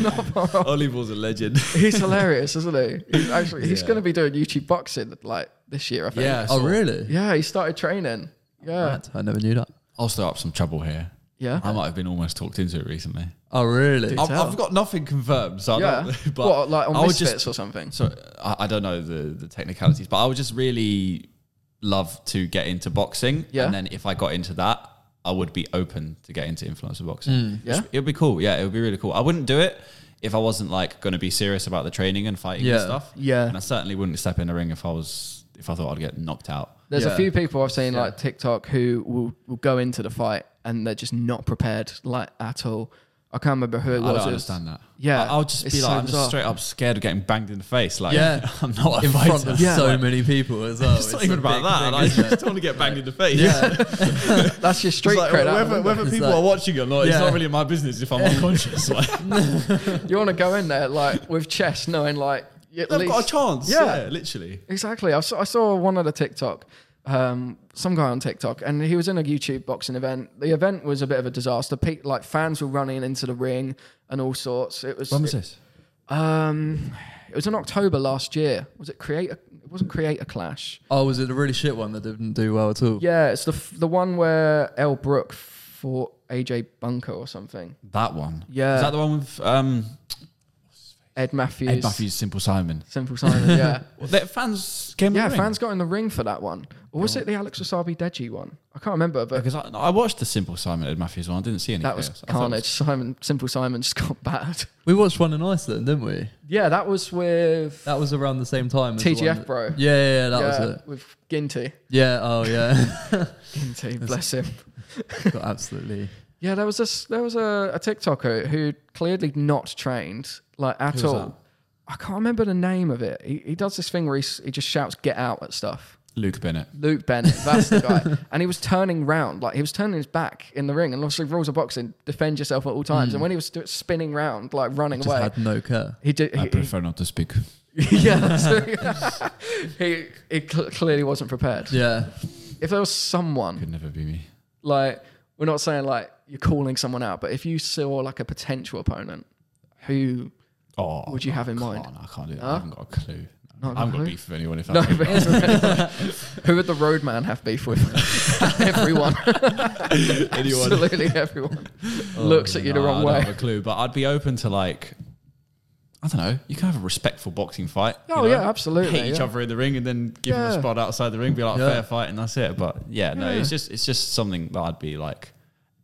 S2: not far off.
S1: Ollie Ball's a legend.
S2: He's hilarious, isn't he? He's actually he's
S1: Yeah.
S2: going to be doing YouTube boxing like this year, I think.
S1: yeah.
S3: oh
S1: so-
S3: really?
S2: Yeah, he started training. Yeah.
S3: Right, I never knew that.
S1: I'll stir up some trouble here.
S2: Yeah.
S1: I might have been almost talked into it recently.
S3: Oh really?
S1: I've,
S2: tell.
S1: I've got nothing confirmed, so I
S2: yeah.
S1: don't, but
S2: what, like on
S1: I would
S2: Misfits
S1: just
S2: or something?
S1: So I, I don't know the, the technicalities, but I would just really love to get into boxing.
S2: Yeah.
S1: And then if I got into that, I would be open to get into influencer boxing.
S2: Yeah.
S1: It would be cool. Yeah, it would be really cool. I wouldn't do it if I wasn't like going to be serious about the training and fighting and
S3: Yeah.
S1: stuff.
S2: Yeah.
S1: And I certainly wouldn't step in a ring if I was if I thought I'd get knocked out.
S2: There's a
S3: Yeah.
S2: few people I've seen
S3: Yeah.
S2: like TikTok who will, will go into the fight and they're just not prepared like at all. I can't remember who it
S1: I
S2: was.
S1: don't
S2: It was-
S1: understand that.
S2: Yeah,
S1: I, will just
S2: it's
S1: be like,
S2: so
S1: I'm just
S2: bizarre.
S1: straight up scared of getting banged in the face. Like,
S3: Yeah.
S1: I'm not a
S3: in
S1: fighter.
S3: front of
S2: Yeah.
S3: so
S2: Like-
S3: many people as well.
S1: It's not even
S3: a
S1: about
S3: big
S1: that.
S3: thing,
S1: like, I
S3: isn't it?
S1: just want to get banged in the face.
S2: That's your street
S1: It's like,
S2: cred.
S1: Whether,
S2: Adam.
S1: whether
S3: It's
S1: people
S3: like-
S1: are watching or not, it's
S3: Yeah.
S1: not really my business if I'm unconscious. Like,
S2: You want to go in there like with chess, knowing like you at
S1: I've
S2: least
S1: got a chance.
S2: Yeah.
S1: Yeah, literally.
S2: Exactly. I saw, I saw one other TikTok, um, some guy on TikTok, and he was in a YouTube boxing event. The event was a bit of a disaster. Pe- like fans were running into the ring and all sorts. It was.
S1: this?
S2: Um, it was in October last year. Was it Creator? It wasn't Creator Clash.
S3: Oh, was it a really shit one that didn't do well at all?
S2: Yeah, it's the f- the one where El Brook fought AJ Bunker or something.
S1: That one.
S2: Yeah.
S1: Is that the one with um,
S2: Ed Matthews.
S1: Ed Matthews, Simple Simon?
S2: Simple Simon. Yeah.
S1: Well, their fans came. in
S2: Yeah,
S1: the ring.
S2: fans got in the ring for that one. Or was it the Alex Wasabi Deji one? I can't remember, but
S1: Because I, I watched the Simple Simon Ed Matthews one. I didn't see any.
S2: That was
S1: chaos. I thought
S2: carnage. Simon, Simple Simon just got battered.
S3: We watched one in Iceland, didn't we?
S2: Yeah, that was with
S3: That was around the same time. As the
S2: TGF,
S3: one that-
S2: bro.
S3: Yeah, yeah, yeah, that
S2: yeah,
S3: was it.
S2: with Ginty.
S3: Yeah, oh yeah,
S2: Ginty, bless him.
S3: got absolutely.
S2: Yeah, there was this. There was a, a TikToker who clearly not trained like at
S1: Who was
S2: all. I can't remember the name of it. He, he does this thing where he, s- he just shouts "get out" at stuff.
S1: Luke Bennett.
S2: Luke Bennett, that's the guy. And he was turning round, like he was turning his back in the ring. And obviously, rules of boxing defend yourself at all times. And when he was st- spinning round, like running
S3: Hmm. Just
S2: away,
S3: had no care.
S2: he did.
S1: I
S2: He,
S1: prefer not to speak.
S2: yeah, that's he he cl- clearly wasn't prepared.
S3: Yeah,
S2: If there was someone
S1: Could never be me.
S2: like we're not saying like you're calling someone out, but if you saw like a potential opponent, who
S1: Oh,
S2: Would you have in
S1: I
S2: mind?
S1: can't, I can't do that.
S2: Huh?
S1: I haven't got a clue.
S2: Not
S1: I haven't
S2: a clue?
S1: got beef with anyone. If
S2: no,
S1: that's no,
S2: who would the roadman have beef with? everyone,
S1: anyone.
S2: absolutely everyone
S3: Oh,
S2: looks at you the
S1: No,
S2: wrong
S1: I
S2: way.
S1: don't have a clue, but I'd be open to like, I don't know. You can have a respectful boxing fight. you
S2: Oh,
S1: know?
S2: yeah, absolutely,
S1: Hit each
S2: yeah.
S1: other in the ring and then give them
S2: Yeah.
S1: a spot outside the ring. Be like a
S3: Yeah.
S1: fair fight, and that's it. But yeah, no, it's just it's just something that I'd be like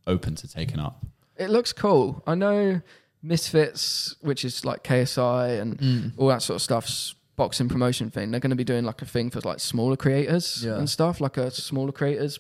S1: open to taking up.
S2: It looks cool. I know Misfits, which is like KSI and
S3: Mm.
S2: all that sort of stuff's boxing promotion thing. They're going to be doing like a thing for like smaller creators
S3: Yeah.
S2: and stuff, like a smaller creators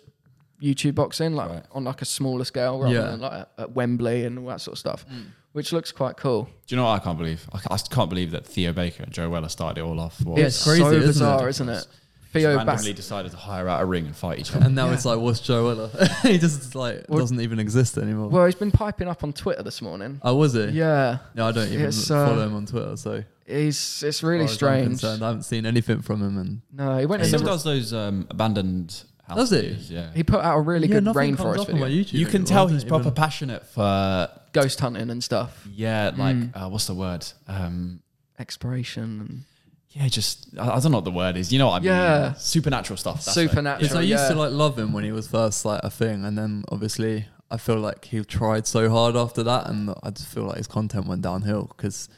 S2: YouTube boxing, like
S1: Right.
S2: on like a smaller scale rather
S3: Yeah. Mm.
S2: than like at Wembley and all that sort of stuff, which looks quite cool.
S1: Do you know what I can't believe? I, I just can't believe that Theo Baker and Joe Weller started it all off. Well,
S3: Yeah, it's crazy,
S2: so
S3: isn't it?
S2: bizarre, isn't it? Theo Bass.
S1: randomly decided to hire out a ring and fight each other.
S3: And now
S2: Yeah.
S3: it's like, what's Joe Weller? he just like
S2: Well-
S3: doesn't even exist anymore.
S2: Well, he's been piping up on Twitter this morning.
S3: oh, was he?
S2: Yeah,
S3: No, I don't even
S2: It's, uh,
S3: follow him on Twitter. So as
S2: he's it's
S3: far
S2: really
S3: as I'm
S2: strange.
S3: concerned, I haven't seen anything from him, and
S2: No, he went
S1: He
S2: in.
S1: still
S2: The,
S1: does those um, abandoned
S3: Does
S1: houses.
S3: he?
S1: Yeah.
S2: he put out a really
S3: Yeah,
S2: good
S3: nothing comes
S2: rainforest
S3: up on my
S2: video,
S3: YouTube
S1: you can
S3: anymore.
S1: tell
S3: I
S1: he's
S3: don't
S1: proper
S3: even-
S1: passionate for
S2: ghost hunting and stuff,
S1: yeah, like
S2: Mm.
S1: uh, what's the word? Um,
S2: exploration, and
S1: yeah, just I, I don't know what the word is. You know what I
S2: Yeah.
S1: mean? Supernatural stuff. That's it.
S2: supernatural.
S3: Because I
S2: yeah.
S3: used to like love him when he was first like a thing, and then obviously I feel like he tried so hard after that, and I just feel like his content went downhill. Because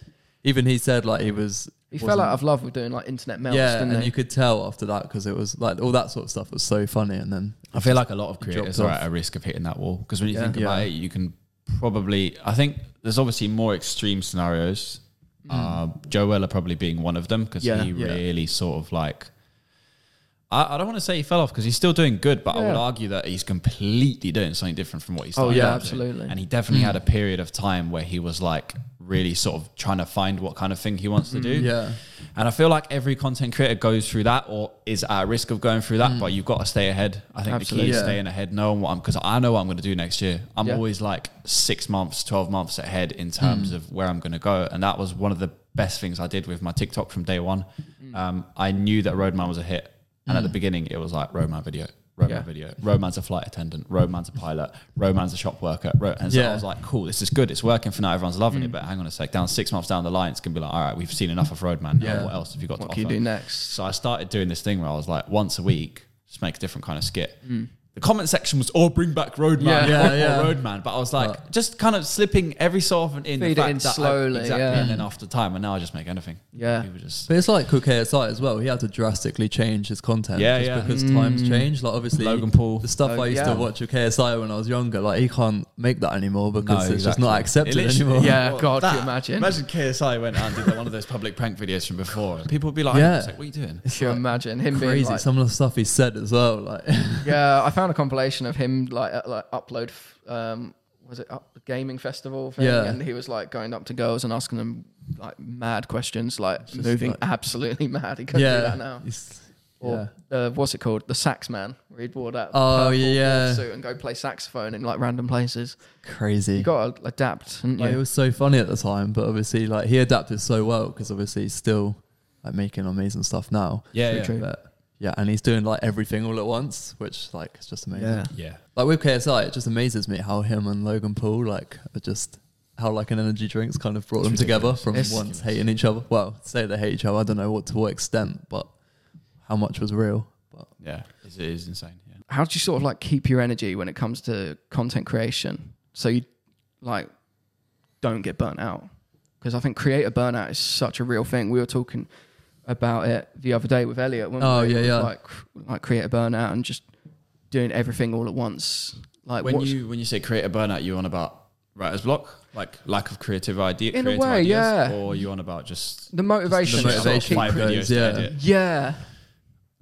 S3: even he said like he was
S2: he fell out of love with doing like internet melts,
S3: yeah,
S2: didn't
S3: and
S2: he?
S3: you could tell after that because it was like all that sort of stuff was so funny, and then
S1: I feel like a lot of creators
S3: dropped
S1: are at
S3: off.
S1: a risk of hitting that wall because when you
S2: Yeah.
S1: think about
S3: Yeah.
S1: it, you can probably. I think there's obviously more extreme scenarios. Uh, Joe Weller probably being one of them because
S2: Mm. Yeah.
S1: he
S3: Yeah.
S1: really sort of like. I, I don't want to say he fell off because he's still doing good, but I would
S2: Yeah.
S1: argue that he's completely doing something different from what he's.
S2: Oh,
S1: started
S2: yeah,
S1: out doing.
S2: absolutely. Mm.
S1: And he definitely had a period of time where he was like really sort of trying to find what kind of thing he wants to
S2: Mm-hmm.
S1: do.
S3: yeah,
S1: And I feel like every content creator goes through that or is at risk of going through that, but you've got to stay ahead. I think the
S2: Absolutely.
S1: key is
S3: Yeah.
S1: staying ahead, knowing what I'm, because I know what I'm going to do next year. I'm
S2: Yeah.
S1: always like six months, 12 months ahead in terms of where I'm going to go. And that was one of the best things I did with my TikTok from day one.
S2: Mm.
S1: Um, I knew that Roadman was a hit. And at the beginning, it was like Roadman video. Roadman
S2: Yeah.
S1: video. Roadman's a flight attendant. Roadman's a pilot. Roadman's a shop worker. Ro- and so
S3: Yeah.
S1: I was like, cool, this is good. It's working for now. Everyone's loving it.
S2: Mm.
S1: But hang on a sec. Down six months down the line, it's gonna be like, all right, we've seen enough of Roadman. Now
S3: Yeah.
S1: What else have you got
S2: what
S1: to
S2: can you
S1: offer?
S2: do next?
S1: So I started doing this thing where I was like, once a week, just make a different kind of skit. The comment section was, oh, bring back Roadman,
S2: Mm. Yeah.
S1: yeah,
S3: Yeah,
S1: or,
S3: yeah.
S1: Roadman. But I was like,
S3: Right.
S1: just kind of slipping every so often in.
S2: Feed it
S1: the fact
S2: in
S1: that I-
S2: slowly,
S1: exactly.
S2: yeah. Mm.
S1: And then after time, and now I just make anything.
S2: Yeah.
S1: People just
S3: but it's like Cook KSI as well. He had to drastically change his content,
S1: Yeah,
S3: just
S1: yeah.
S3: because times change. Like obviously
S1: Logan Paul.
S3: the stuff
S2: Mm. Oh,
S3: I used
S2: yeah.
S3: to watch of KSI when I was younger, like he can't make that anymore because
S1: No,
S3: it's just
S1: exactly.
S3: not
S1: It
S3: accepted
S1: literally-
S3: anymore.
S2: Yeah,
S1: Well,
S2: God, can you
S1: that-
S2: imagine?
S1: Imagine KSI went out and did that- one of those public prank videos from before. And people would be like,
S3: Yeah.
S1: yeah. like what are you doing?
S2: Can you imagine him being
S3: crazy.
S2: like,
S3: Some of the stuff he said as well, like
S2: yeah, I found a compilation of him like at, like upload. f- Um, was it up gaming festival thing?
S3: Yeah.
S2: And he was like going up to girls and asking them like mad questions, like
S3: just
S2: moving
S3: like-
S2: absolutely mad. He couldn't do
S3: yeah,
S2: that now.
S3: he's- yeah.
S2: Or uh, what's it called? The sax man, where he'd wore that
S3: Oh,
S2: purple
S3: yeah.
S2: wolf suit and go play saxophone in like random places.
S3: crazy.
S2: You got to adapt, haven't you?
S3: Like, It was so funny at the time, but obviously, like he adapted so well because obviously he's still like making amazing stuff now.
S1: Yeah,
S2: True,
S1: yeah.
S2: true.
S3: But yeah, and he's doing like everything all at once, which like is just amazing.
S2: yeah.
S1: yeah.
S3: Like with KSI, it just amazes me how him and Logan Paul like are just how like an energy drinks kind of brought them together from
S2: It's
S3: once hating each other. Well, say they hate each other, I don't know what to what extent, but how much was real. But
S1: Yeah. It's- It is insane. Yeah.
S2: how do you sort of like keep your energy when it comes to content creation so you like don't get burnt out because i think creator burnout is such a real thing we were talking about it the other day with elliot when
S3: Oh,
S2: we
S3: yeah, yeah.
S2: like like creator burnout and just doing everything all at once like
S1: when
S2: what's-
S1: you when you say creator burnout, you on about writer's block, like lack of creative idea,
S2: In a
S1: creative
S2: way,
S1: ideas,
S2: yeah.
S1: or you on about just
S2: the motivation,
S3: The
S2: to sort of
S3: motivation
S2: keep-
S1: five
S3: goes,
S1: videos to
S3: yeah.
S1: edit.
S2: yeah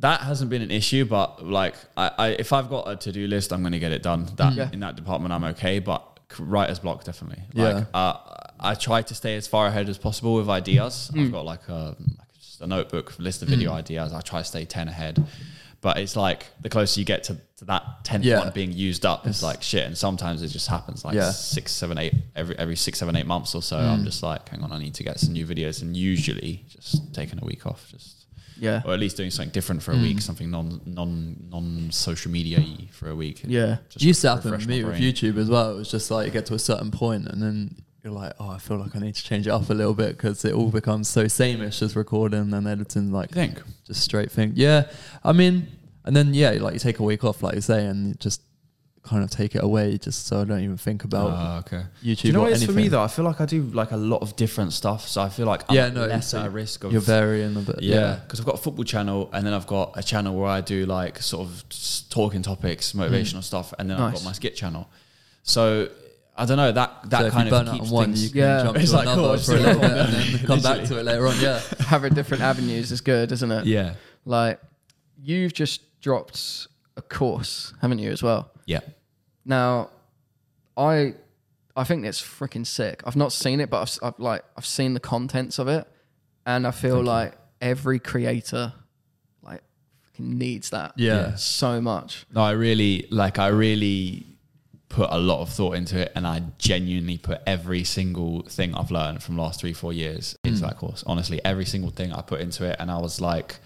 S1: That hasn't been an issue, but like I, I if I've got a to do list, I'm going to get it done. That
S3: Mm.
S2: Yeah.
S1: in that department, I'm okay, but c- writer's block definitely. Like uh, I try to stay as far ahead as possible with ideas.
S3: Mm.
S1: I've got like a like just a notebook list of video ideas. I try to stay ten ahead. But it's like the closer you get to, to that tenth
S3: Yeah.
S1: one being used up, it's like shit. And sometimes it just happens like
S3: Yeah. Mm.
S1: six, seven, eight every every six, seven, eight months or so. I'm just like, hang on, I need to get some new videos. And usually just taking a week off, just
S2: yeah
S1: or at least doing something different for a
S3: Mm.
S1: week, something non non non social media for a week.
S2: yeah
S1: Just
S3: it used to happen
S1: refresh
S3: to
S1: my
S3: me with
S1: brain.
S3: YouTube as well. It was just like you get to a certain point and then you're like, oh, I feel like I need to change it up a little bit because it all becomes so sameish just recording and editing, like
S1: You think?
S3: just straight thing. Yeah, I mean, and then yeah, like you take a week off, like you say, and you just kind of take it away, just so I don't even think about
S1: Ah, okay.
S3: YouTube.
S1: Do you know
S3: or
S1: what it is
S3: anything.
S1: for me though? I feel like I do like a lot of different stuff, so I feel like I'm
S3: Yeah,
S1: yeah,
S3: no,
S1: less
S3: you-
S1: at risk of
S3: You're varying a bit.
S1: yeah, because I've got a football channel and then I've got a channel where I do like sort of s- talking topics,
S3: Mm.
S1: motivational stuff, and then I've
S2: Nice.
S1: got my skit channel. So I don't know that
S3: So
S1: that
S3: if
S1: kind
S3: you
S1: of
S3: burn out
S1: keeps
S3: on one,
S1: things.
S3: you can
S2: Yeah.
S3: jump
S1: It's
S3: to
S1: like, cool,
S3: another
S1: I'll just
S3: for a
S1: do
S3: little
S1: that
S3: bit and then come back to it later on. Yeah,
S2: having different avenues is good isn't it
S1: yeah,
S2: like you've just dropped a course haven't you as well
S1: yeah.
S2: Now, I I think it's freaking sick. I've not seen it, but I've, s- I've like I've seen the contents of it, and I feel like every creator like fucking fucking needs that
S3: Yeah.
S2: so much.
S1: No, I really like. I really put a lot of thought into it, and I genuinely put every single thing I've learned from the last three, four years into that course. Honestly, every single thing I put into it, and I was like,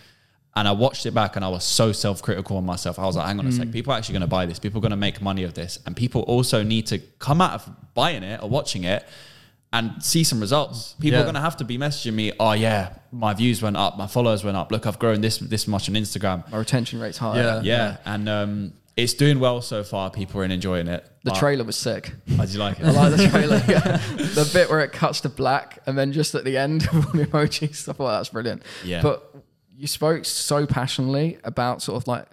S1: and I watched it back, and I was so self-critical on myself. I was like, hang on a sec, people are actually going to buy this. People are going to make money of this, and people also need to come out of buying it or watching it. And see some results. People are
S3: Yeah.
S1: going to have to be messaging me. Oh yeah, my views went up, my followers went up. Look, I've grown this this much on Instagram
S2: My retention rate's higher.
S3: Yeah.
S1: yeah, and um, it's doing well so far. People are enjoying it.
S2: The
S1: But-
S2: trailer was sick.
S1: How do you like
S2: I
S1: it?
S2: like the trailer. the bit where it cuts to black and then just at the end all the emojis stuff like that's brilliant.
S1: Yeah.
S2: But you spoke so passionately about sort of like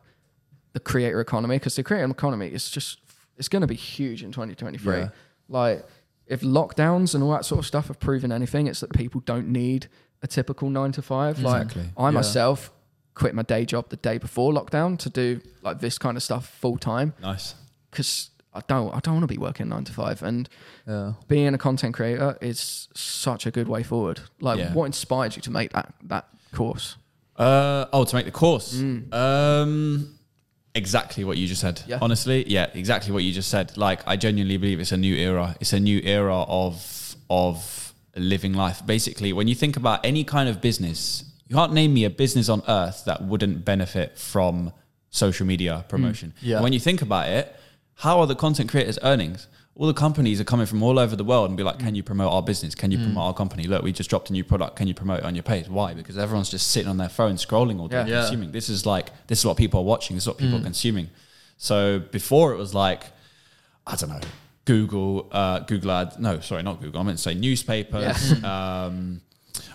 S2: the creator economy because the creator economy is just it's going to be huge in 2023.
S3: Yeah.
S2: Like if lockdowns and all that sort of stuff have proven anything, it's that people don't need a typical nine to five.
S1: Exactly.
S2: Like I myself quit my day job the day before lockdown to do like this kind of stuff full time
S1: nice.
S2: because I don't I don't want to be working nine to five and
S3: Yeah.
S2: being a content creator is such a good way forward. Like,
S1: Yeah.
S2: what inspired you to make that that course?
S1: Uh, oh, to make the course. Um, exactly what you just said.
S2: Yeah.
S1: Honestly, yeah, exactly what you just said. Like, I genuinely believe it's a new era. It's a new era of of living life. Basically, when you think about any kind of business, you can't name me a business on earth that wouldn't benefit from social media promotion.
S3: Yeah.
S1: When you think about it, how are the content creators' earnings? All the companies are coming from all over the world and be like, can you promote our business? Can you promote our company? Look, we just dropped a new product. Can you promote it on your page? Why? Because everyone's just sitting on their phone scrolling all day,
S2: Yeah.
S3: Yeah. Mm.
S1: consuming. This is like, this is what people are watching. This is what people are consuming. So before it was like, I don't know, Google, uh, Google ad. No, sorry, not Google. I meant to say newspapers. Um,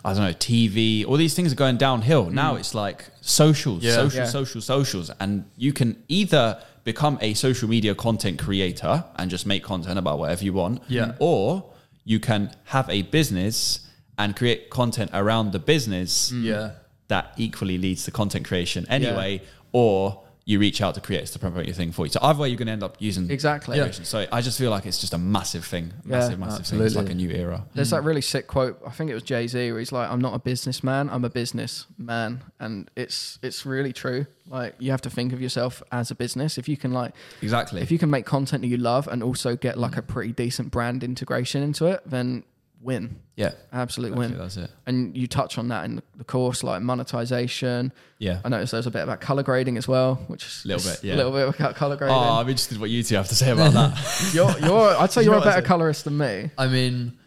S1: I don't know, TV. All these things are going downhill. Now it's like socials,
S3: Mm. Yeah.
S1: social,
S2: Yeah.
S1: social, socials, and you can either become a social media content creator and just make content about whatever you want,
S3: Yeah.
S1: or you can have a business and create content around the business
S3: Yeah.
S1: that equally leads to content creation anyway, or you reach out to creators to promote your thing for you. So either way, you're going to end up using
S2: Exactly.
S1: creation. So I just feel like it's just a massive thing, massive, massive thing. It's
S3: absolutely.
S1: like a new era.
S2: There's that really sick quote. I think it was Jay Z where he's like, "I'm not a businessman. I'm a business man," and it's it's really true. Like, you have to think of yourself as a business. If you can like,
S1: Exactly.
S2: if you can make content that you love and also get like a pretty decent brand integration into it, then win,
S1: yeah,
S2: absolute
S1: Exactly,
S2: win.
S1: that's it.
S2: And you touch on that in the- the course, like monetization.
S1: Yeah.
S2: I noticed there was a bit about color grading as well, which is
S1: Little
S2: is
S1: bit, yeah.
S2: a little bit about color
S1: Oh,
S2: grading.
S1: I'm interested what you two have to say about that.
S2: You're, you're, I'd say
S3: You
S2: you're
S3: know
S2: a
S3: what I
S2: better
S3: said?
S2: colorist than me.
S3: I mean,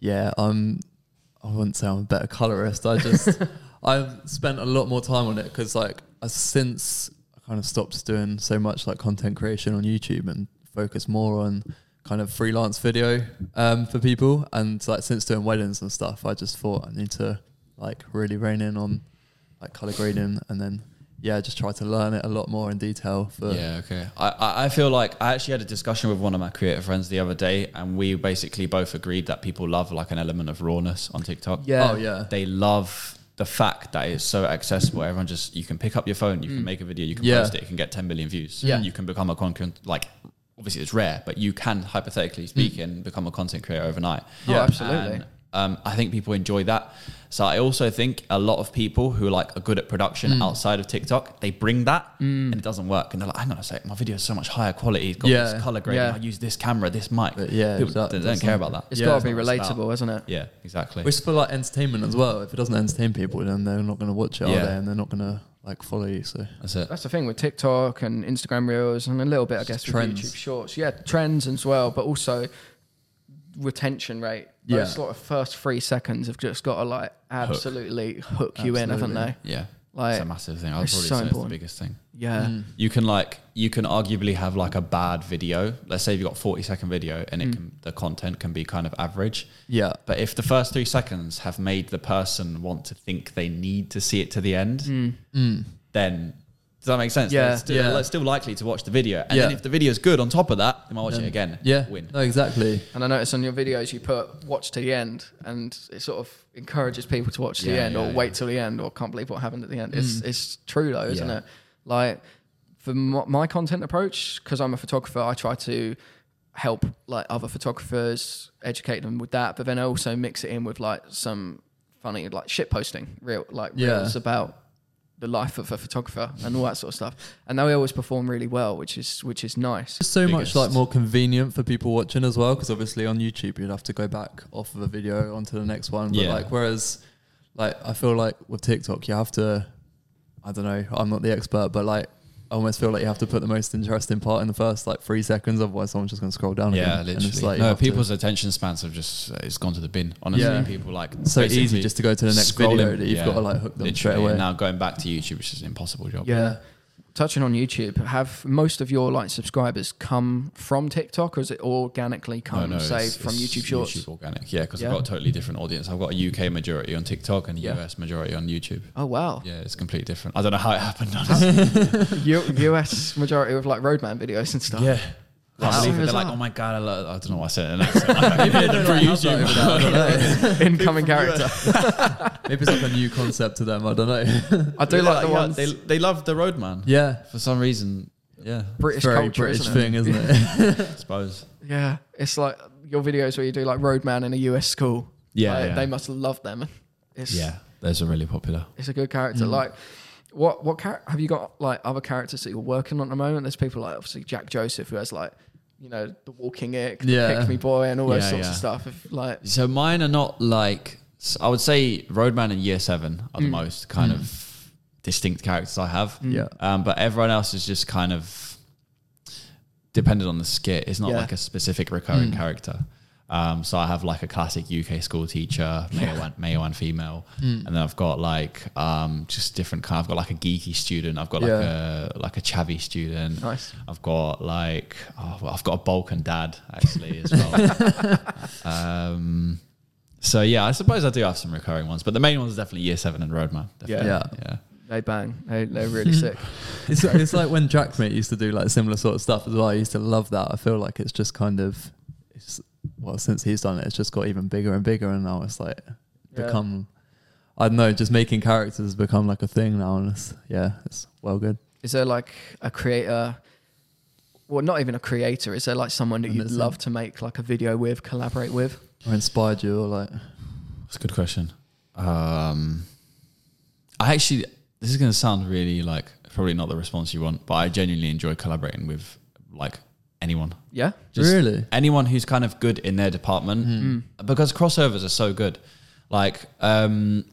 S3: yeah, I'm. I wouldn't say I'm a better colorist. I just I've spent a lot more time on it because like I- since I kind of stopped doing so much like content creation on YouTube and focus more on kind of freelance video um, for people and like since doing weddings and stuff, I just thought I need to like really rein in on like color grading and then yeah, just try to learn it a lot more in detail for
S1: Yeah, okay. I- I, I feel like I actually had a discussion with one of my creative friends the other day, and we basically both agreed that people love like an element of rawness on TikTok.
S2: Yeah.
S3: oh yeah
S1: They love the fact that it's so accessible. Everyone just, you can pick up your phone, you
S2: Mm.
S1: can make a video, you can
S3: Yeah.
S1: post it, you can get 10 million views.
S3: Yeah.
S1: You can become a content, like, obviously it's rare, but you can, hypothetically speaking, become a content creator overnight.
S2: Yeah. Mm. Oh, absolutely.
S1: And, um, I think people enjoy that. So I also think a lot of people who like are good at production outside of TikTok, they bring that and it doesn't work. And they're like, hang on a sec, my video is so much higher quality. It's got
S3: Yeah.
S1: this color grading.
S2: Yeah.
S1: I use this camera, this mic.
S3: But yeah,
S1: people
S3: that-
S1: don't,
S3: that's
S1: care
S3: not-
S1: about that.
S2: It's
S3: Yeah.
S2: got to be
S1: That's not what it's
S2: relatable, isn't it?
S1: Yeah, exactly.
S3: Which is for like entertainment as well. If it doesn't entertain people, then they're not going to watch it,
S1: Yeah.
S3: are they? And they're not going to like follow you. So
S1: That's it.
S2: That's the thing with TikTok and Instagram Reels and a little bit, I guess, with
S3: Trends.
S2: YouTube Shorts. Yeah, trends as well, but also retention rate. Those
S3: Yeah.
S2: sort of first three seconds have just got to like absolutely hook, you in, haven't
S3: Absolutely.
S2: they?
S1: Yeah.
S2: Like,
S1: it's a massive thing. I would
S2: it's
S1: probably
S2: so
S1: say it's the
S2: important.
S1: biggest thing.
S3: Mm.
S2: Yeah.
S1: You can like you can arguably have like a bad video. Let's say you've got 40 second video and it can the content can be kind of average.
S3: yeah,
S1: But if the first three seconds have made the person want to think they need to see it to the end,
S3: Mm.
S1: then does that make sense?
S2: Yeah.
S1: They're still,
S3: Hmm. Yeah.
S1: they're still likely to watch the video. And then
S3: Yeah.
S1: if the video is good on top of that, they might watch it
S3: Then-
S1: again.
S3: yeah,
S1: Win.
S3: No, exactly.
S2: And I notice on your videos you put watch to the end, and it sort of encourages people to watch to the
S1: Yeah,
S2: end
S1: yeah,
S2: or
S1: yeah. Mm.
S2: wait till the end or can't believe what happened at the end. It's it's true though, isn't
S1: Yeah.
S2: it? Like for my, my content approach, because I'm a photographer, I try to help like other photographers educate them with that, but then I also mix it in with like some funny like shit posting, real like
S3: Yeah.
S2: reels about the life of a photographer and all that sort of stuff. And they always perform really well, which is which is nice.
S3: It's so
S1: biggest-
S3: much like more convenient for people watching as well, because obviously on YouTube you'd have to go back off of a video onto the next one. But
S1: Yeah.
S3: like whereas like I feel like with TikTok you have to I don't know, I'm not the expert, but like I almost feel like you have to put the most interesting part in the first like three seconds, otherwise someone's just gonna scroll down
S1: Yeah,
S3: again.
S1: literally.
S3: And it's like you
S1: no,
S3: have to-
S1: people's attention spans have just uh, it's gone to the bin. Honestly,
S3: Yeah.
S1: people like
S3: it's so easy
S1: basically
S3: just to go to the next video
S1: scrolling-
S3: that you've
S1: yeah,
S3: got to like hook them straight
S1: literally.
S3: away.
S1: And Now going back to YouTube, which is an impossible job.
S2: Yeah. Touching on YouTube, have most of your like subscribers come from TikTok, or is it organically come, say,
S1: Oh, it's-
S2: from
S1: it's
S2: YouTube Shorts?
S1: YouTube organic, yeah, because
S2: Yeah.
S1: I've got a totally different audience. I've got a UK majority on TikTok and a
S2: Yeah.
S1: US majority on YouTube.
S2: Oh wow,
S1: Yeah, it's completely different. I don't know how it happened. Honestly.
S2: U- US majority of like roadman videos and stuff.
S1: yeah.
S2: Wow.
S1: I believe it. They're like,
S2: Bizarre.
S1: oh my god, I, love, I don't know what I said. And I said, I don't even know. For YouTube.
S2: incoming character.
S3: Maybe it's like a new concept to them. I don't know.
S2: I do like
S1: yeah,
S2: the ones
S1: They, they love the roadman
S3: yeah,
S1: for some reason. Yeah,
S2: British
S3: very
S2: culture,
S3: British
S2: isn't it?
S3: thing, isn't it?
S1: I suppose.
S2: Yeah, it's like your videos where you do like roadman in a US school.
S1: Yeah,
S2: Like,
S1: yeah.
S2: they must love them. It's,
S1: Yeah, those are really popular.
S2: it's a good
S1: Mm.
S2: character. Like, what what char- have you got like other characters that you're working on at the moment? There's people like obviously Jack Joseph who has like you know the Walking Ick,
S3: Yeah.
S2: the Pick Me Boy, and all those
S1: Yeah,
S2: sorts of
S1: yeah.
S2: stuff. If, like,
S1: So mine are not like s- I would say Roadman and Year Seven are the most kind of distinct characters I have.
S3: Mm. Yeah.
S1: Um, but everyone else is just kind of dependent on the skit. It's not
S2: Yeah.
S1: like a specific recurring
S3: Mm.
S1: character. Um, so I have like a classic UK school teacher, male, and, male and female,
S3: Mm.
S1: and then I've got like um, just different kind. I've got like a geeky student. I've got like
S3: Yeah.
S1: a like a chavvy student.
S2: Nice.
S1: I've got like oh, well, I've got a Balkan dad actually as well. um, so yeah, I suppose I do have some recurring ones, but the main ones are definitely Year Seven and Roadman. Definitely.
S3: Yeah.
S1: yeah.
S2: they bang, they they're really sick.
S3: It's, it's like when Jackmate used to do like similar sort of stuff as well. I used to love that. I feel like it's just kind of, it's, well, since he's done it, it's just got even bigger and bigger, and now it's like
S2: Yeah.
S3: become, I don't know, just making characters has become like a thing now, and it's yeah, it's well good.
S2: Is there like a creator? Well, not even a creator. Is there like someone that you'd
S3: Amazing.
S2: love to make like a video with, collaborate with?
S3: Or inspired you, or like
S1: That's a good question. Um, I actually, this is going to sound really like probably not the response you want, but I genuinely enjoy collaborating with like anyone.
S2: Yeah.
S3: Really?
S1: Anyone who's kind of good in their department because crossovers are so good. Like, um,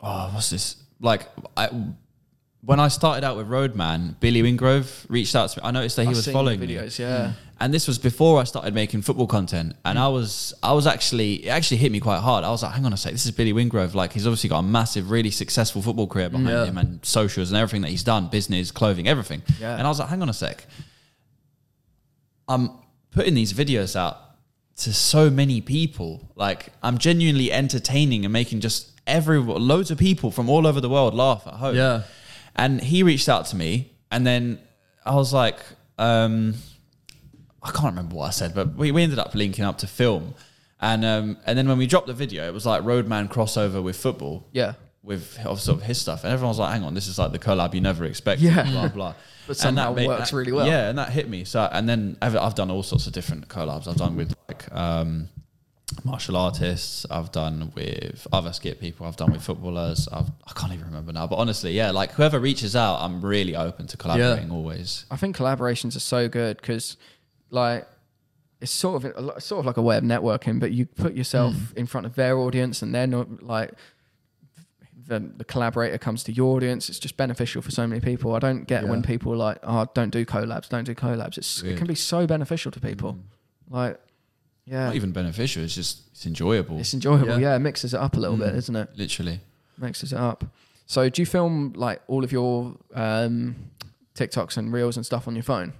S1: oh, what's this? Like, I, when I started out with Roadman, Billy Wingrove reached out to me. I noticed that he
S2: I've
S1: was
S2: seen
S1: following me Mm.
S2: videos. Yeah.
S1: and this was before I started making football content. And I was, I was actually, it actually hit me quite hard. I was like, hang on a sec, this is Billy Wingrove. Like, he's obviously got a massive, really successful football career behind
S3: Yeah.
S1: him and socials and everything that he's done, business, clothing, everything.
S2: Yeah.
S1: And I was like, hang on a sec. I'm putting these videos out to so many people. Like, I'm genuinely entertaining and making just every loads of people from all over the world laugh at home.
S3: Yeah.
S1: And he reached out to me, and then I was like, um, I can't remember what I said, but we, we ended up linking up to film. And um, and then when we dropped the video, it was like Roadman crossover with football,
S2: Yeah.
S1: with of sort of his stuff. And everyone was like, hang on, this is like the collab you never expected,
S2: Yeah.
S1: blah, blah.
S2: But
S1: And
S2: somehow works really well.
S1: Yeah, and that hit me. So and then I've, I've done all sorts of different collabs. I've done with like um, martial artists. I've done with other skit people. I've done with footballers. I've, I can't even remember now. But honestly, yeah, like whoever reaches out, I'm really open to collaborating always.
S2: I think collaborations are so good because, like, it's sort of a lo- sort of like a way of networking. But you put yourself
S1: Hmm.
S2: in front of their audience, and they're not like the, the collaborator comes to your audience. It's just beneficial for so many people. I don't get when
S3: Yeah.
S2: people are like, "Oh, don't do collabs, don't do collabs." It's it
S1: Weird.
S2: can be so beneficial to people. Like, yeah,
S1: Hmm. Not even beneficial. It's just it's enjoyable.
S2: it's enjoyable. Yeah.
S3: Yeah.
S2: it mixes it up a little bit,
S1: Hmm.
S2: isn't it?
S1: Literally.
S2: mixes it up. So, do you film like all of your um, TikToks and reels and stuff on your phone?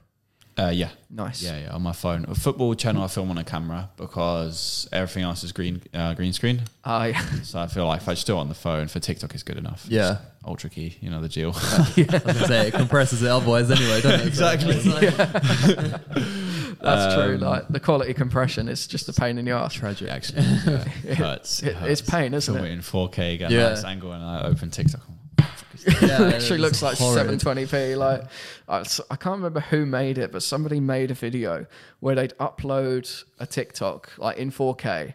S1: Uh, yeah,
S2: Nice.
S1: yeah, yeah. On my phone, a football channel, I film on a camera because everything else is green, uh, green screen.
S2: I
S1: So I feel like if I just do it on the phone for TikTok, is good enough.
S3: Yeah.
S1: It's ultra key, you know the deal.
S3: I was gonna say it compresses it otherwise anyway, doesn't it?
S1: Exactly.
S3: It's like
S2: That's true. Like the quality compression is just a pain in the ass.
S3: tragic.
S1: Actually, yeah. it hurts.
S2: It- it's pain, isn't
S1: Film
S2: it?
S1: in 4K, get
S3: Yeah.
S1: a nice angle, and I open TikTok.
S3: Yeah,
S2: it actually
S3: it's
S2: looks like
S3: horrid.
S2: 720p. Like I, s- I can't remember who made it, but somebody made a video where they'd upload a TikTok like in 4K,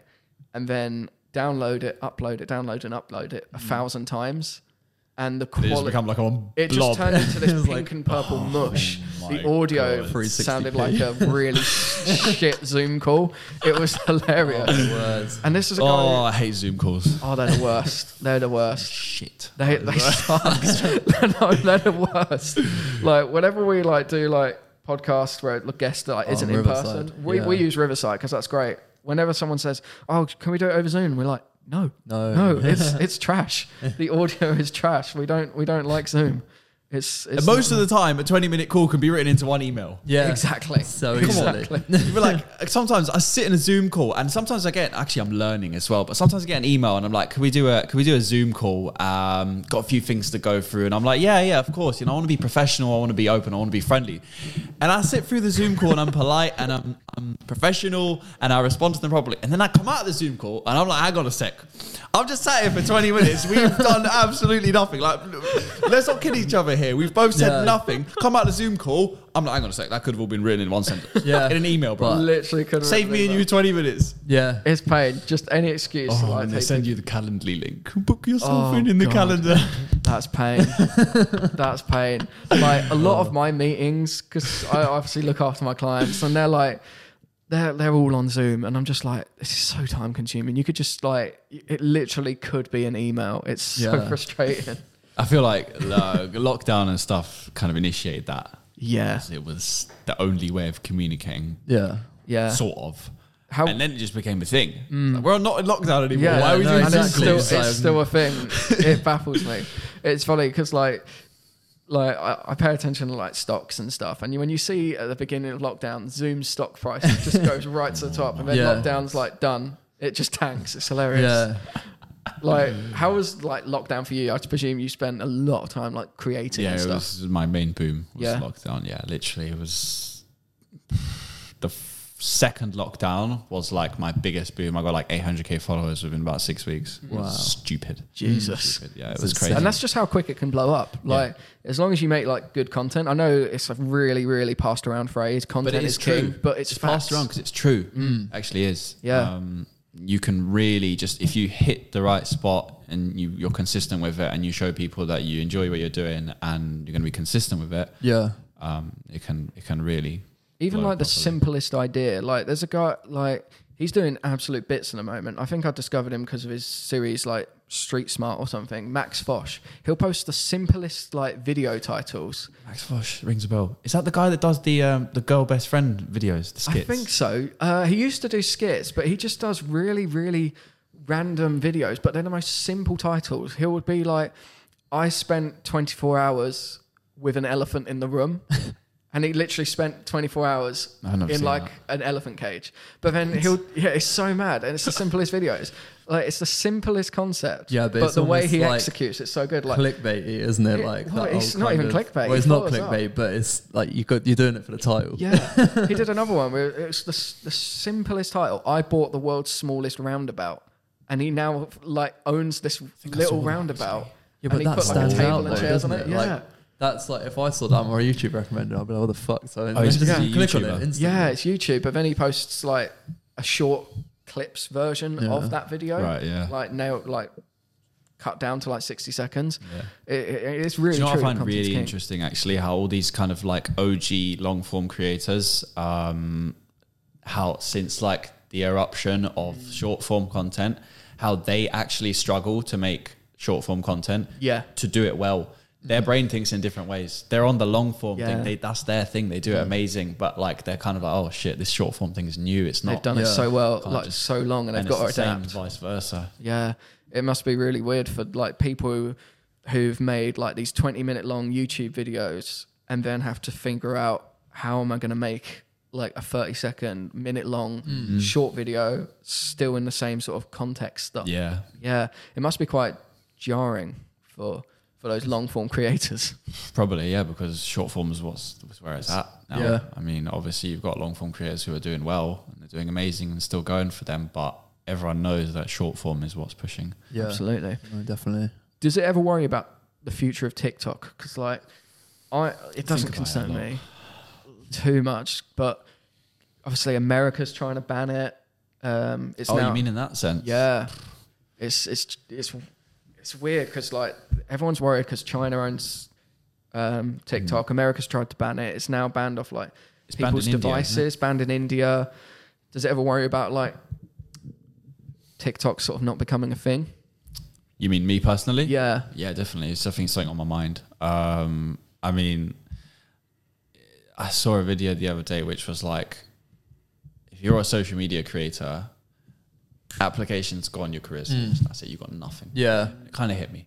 S2: and then download it, upload it, download and upload it a thousand times. and the
S1: It just
S2: quality.
S1: become like a blob.
S2: It just turned into this
S3: It was
S2: pink
S3: like,
S2: and purple mush.
S1: my
S2: The audio
S1: God.
S3: 360p.
S2: sounded like a really shit Zoom call. It was hilarious.
S3: Words.
S2: And this is a guy.
S1: Oh,
S2: Oh,
S1: I hate Zoom calls.
S2: oh they're the worst. They're the worst.
S1: Shit.
S2: They, they suck. no, they're the worst. Like whenever we like do like podcasts where the guest like
S3: Oh,
S2: isn't in
S3: Riverside.
S2: person, we,
S3: Yeah.
S2: we use Riverside because that's great. Whenever someone says, "Oh, can we do it over Zoom?" we're like, "No,
S3: No.
S2: no, it's it's trash. The audio is trash. We don't we don't like Zoom. It's, it's
S1: And most of the time, a 20 minute call can be written into one email.
S3: Yeah.
S2: exactly
S3: So easily.
S2: exactly.
S1: But like sometimes I sit in a Zoom call, and sometimes I get actually I'm learning as well. But sometimes I get an email, and I'm like, "Can we do a Can we do a Zoom call? Um, got a few things to go through." And I'm like, "Yeah, yeah, of course. You know, I want to be professional. I want to be open. I want to be friendly." And I sit through the Zoom call, and I'm polite, and I'm I'm professional, and I respond to them properly. And then I come out of the Zoom call, and I'm like, "Hang on a sec. I've just sat here for 20 minutes. We've done absolutely nothing. Like, let's not kid each other here. We've both said
S3: Yeah.
S1: nothing. Come out of the Zoom call. I'm like, hang on a sec. That could have all been written in one sentence.
S3: Yeah.
S1: in an email, bro.
S3: But-
S2: Literally couldn't
S1: Save me and
S2: remember.
S1: you 20 minutes.
S3: Yeah.
S2: It's pain. Just any excuse.
S1: Oh,
S2: to, like, take people-
S1: you the Calendly link. Book yourself
S2: Oh, in in the God. calendar. That's pain. That's pain. Like a lot of my meetings, because I obviously look after my clients, and they're like, they're they're all on Zoom, and I'm just like, this is so time consuming. You could just like, it literally could be an email. It's so
S3: Yeah.
S2: frustrating.
S1: I feel like uh, lockdown and stuff kind of initiated that.
S2: Yeah,
S1: It was the only way of communicating,
S3: Yeah.
S2: yeah.
S1: sort of.
S2: How? Hmm.
S1: and then it just became a thing. Like, we're not in lockdown anymore.
S2: yeah,
S1: Why are we
S3: no,
S1: doing
S2: and
S1: Zoom
S2: it's
S3: exactly.
S2: still,
S1: calls?
S3: So-
S2: it's still a thing. It baffles me. It's funny because like. Like I, I pay attention to like stocks and stuff, and you, when you see at the beginning of lockdown, Zoom stock price just goes right to the top, and then
S3: Yeah.
S2: lockdown's like done. It just tanks. It's hilarious.
S3: Yeah.
S2: Like, how was like lockdown for you? I presume you spent a lot of time like creating
S1: Yeah,
S2: and
S1: it
S2: stuff.
S1: was my main boom. Was
S2: Yeah.
S1: lockdown. Yeah, literally, it was the f- second lockdown was like my biggest boom. I got like 800k followers within about six weeks.
S3: Wow.
S1: stupid.
S2: Jesus.
S1: Stupid. Yeah, it
S3: It's
S1: was
S3: insane.
S1: crazy.
S2: And that's just how quick it can blow up. Like as long as you make like good content. I know it's a really, really passed around phrase. Content
S1: but it is
S2: is, king,
S1: true.
S2: but it's,
S1: passed
S2: facts. Mm.
S1: around because it's true. Actually, is
S2: Yeah.
S1: Um, you can really just if you hit the right spot and you, you're consistent with it, and you show people that you enjoy what you're doing, and you're going to be consistent with it.
S3: Yeah.
S1: Um, it can it can really
S2: Even
S1: blow
S2: like the
S1: properly.
S2: simplest idea. Like there's a guy like he's doing absolute bits in the moment. I think I discovered him because of his series like Street Smart or something. Max Fosh. He'll post the simplest like video titles.
S1: Max Fosh rings a bell. Is that the guy that does the um, the girl best friend videos? The skits.
S2: I think so. Uh, he used to do skits, but he just does really, really random videos. But they're the most simple titles. He would be like, "I spent 24 hours with an elephant in the room," and he literally spent 24 hours
S1: I've never
S2: in
S1: seen
S2: like an elephant cage. But then he'll, yeah, it's so mad, and it's the simplest videos. Like it's the simplest concept.
S3: Yeah, but it's
S2: the way he
S3: almost like
S2: executes it's so good. Like
S3: clickbaity, isn't it?
S2: It-
S3: like
S2: well,
S3: that
S2: it's
S3: old
S2: not
S3: kind
S2: even
S3: of-
S2: clickbait,
S3: Well, it's
S2: it
S3: not
S2: follows up.
S3: clickbait, but it's like you got you're doing it for the title.
S2: Yeah, he did another one where it was the, s- the simplest title. I bought the world's smallest roundabout, and he now like owns this little roundabout.
S3: Yeah,
S2: and
S3: but
S2: he
S3: that
S2: put like a
S3: stands
S2: table
S3: out,
S2: and
S3: though,
S2: chairs on
S3: doesn't
S2: it.
S3: it?
S2: Yeah,
S3: Like, that's like if I saw that on my YouTube recommended, I'd be like, "What the fuck?" So I
S1: he's
S3: just
S1: just a
S3: click on
S1: YouTuber.
S3: it instantly.
S2: yeah, it's YouTube. But then he posts like a short clips version
S3: Yeah.
S2: of that video,
S1: Right, yeah.
S2: like nail like cut down to like sixty seconds.
S1: Yeah.
S2: It, it- it's really
S1: Do you know what
S2: true.
S1: I find
S2: content's
S1: really
S2: king.
S1: interesting actually how all these kind of like OG long form creators, um, how since like the eruption of
S2: Mm.
S1: short form content, how they actually struggle to make short form content
S2: Yeah.
S1: to do it well. Their brain thinks in different ways. They're on the long form
S2: Mm. Yeah. Mm.
S1: thing. They, that's their thing. They do it amazing, but like they're kind of like, oh shit, this short form thing is new. It's
S2: They've
S1: not.
S2: done it
S3: yeah.
S2: so well,
S1: Can't
S2: like
S1: just-
S2: so long, and they've
S1: and
S2: got to
S1: it's the same
S2: adapt.
S1: vice versa.
S2: Yeah, it must be really weird for like people who- who've made like these 20 minute long YouTube videos and then have to figure out how am I going to make like a 30 second minute long
S1: Mm.
S2: short video still in the same sort of context stuff.
S1: Yeah.
S2: Yeah, it must be quite jarring for for those long form creators.
S1: Probably, yeah, because short form is what's was where it's at now.
S3: Yeah.
S1: I mean, obviously you've got long form creators who are doing well and they're doing amazing and still going for them, but everyone knows that short form is what's pushing.
S3: yeah,
S2: Absolutely.
S3: No, definitely.
S2: Does it ever worry about the future of TikTok? Because like, I it doesn't
S1: about it a
S2: concern
S1: lot.
S2: me too much, but obviously America's trying to ban it. Um, it's
S1: oh,
S2: now,
S1: you mean in that sense?
S2: yeah, it's it's it's it's weird because like everyone's worried because China owns um, TikTok. America's tried to ban it. It's now banned off like
S1: Mm. It's banned
S2: people's
S1: in India,
S2: devices.
S1: isn't
S2: banned in India. Does it ever worry about like TikTok sort of not becoming a thing?
S1: You mean me personally?
S2: Yeah.
S1: Yeah, definitely. It's definitely something on my mind. Um, I mean, I saw a video the other day which was like, if you're a social media creator, applications gone, your career's
S2: Hmm.
S1: finished. That's it. You got nothing.
S3: Yeah.
S1: It kind of hit me.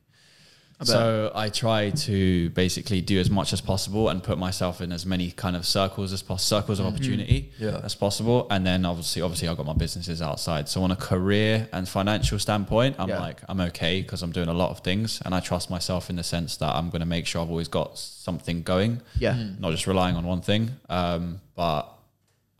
S2: bet.
S1: So I try to basically do as much as possible and put myself in as many kind of circles as possible, circles of opportunity
S3: Yeah.
S1: as possible. And then obviously, obviously, I've got my businesses outside. So on a career and financial standpoint, I'm
S2: Yeah.
S1: like I'm okay because I'm doing a lot of things, and I trust myself in the sense that I'm going to make sure I've always got something going,
S2: Yeah.
S1: not just relying on one thing. Um, but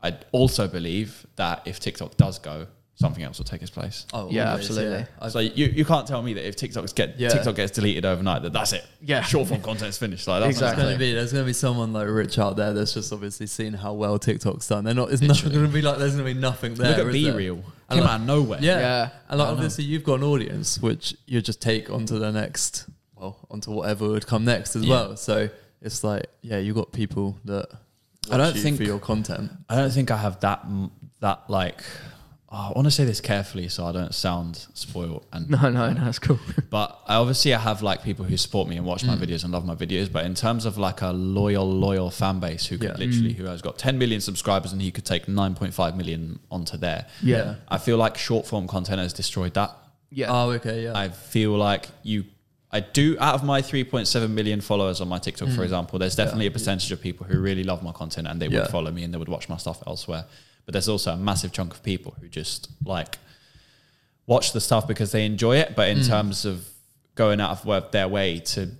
S1: I also believe that if TikTok does go, something else will take its place.
S3: Oh,
S2: Yeah,
S3: always,
S2: absolutely.
S3: I-
S1: So you, you can't tell me that if TikToks get
S3: Yeah.
S1: TikTok gets deleted overnight that that's it.
S2: Yeah.
S1: short form content's finished. Like that's
S2: Exactly.
S1: exactly.
S3: It's gonna be there's gonna be someone like rich out there that's just obviously seen how well TikTok's done. They're not. It's not gonna be like there's gonna be nothing there.
S1: Look at
S3: is
S1: B
S3: there?
S1: real
S3: And
S1: came
S3: like-
S1: out of nowhere.
S3: Yeah.
S2: Yeah.
S3: And like obviously you've got an audience which you just take onto the next, well, onto whatever would come next as
S1: Yeah.
S3: well. So it's like yeah, you have got people that.
S1: I don't
S3: watch you
S1: think-
S3: for your content.
S1: I don't think I have that m- that like. oh, I want to say this carefully so I don't sound spoiled. And
S2: No, no, no, it's cool.
S1: but I obviously I have like people who support me and watch
S3: Mm.
S1: my videos and love my videos. But in terms of like a loyal loyal fan base who could
S3: Yeah. Mm.
S1: literally who has got 10 million subscribers and he could take 9.5 million onto there.
S2: Yeah.
S1: I feel like short form content has destroyed that.
S2: Yeah.
S3: Oh, okay. Yeah.
S1: I feel like you. I do out of my 3.7 million followers on my TikTok, for example, there's definitely a percentage of people who really love my content and they
S3: Yeah.
S1: would follow me and they would watch my stuff elsewhere. But there's also a massive chunk of people who just like watch the stuff because they enjoy it. But in terms of going out of work their way to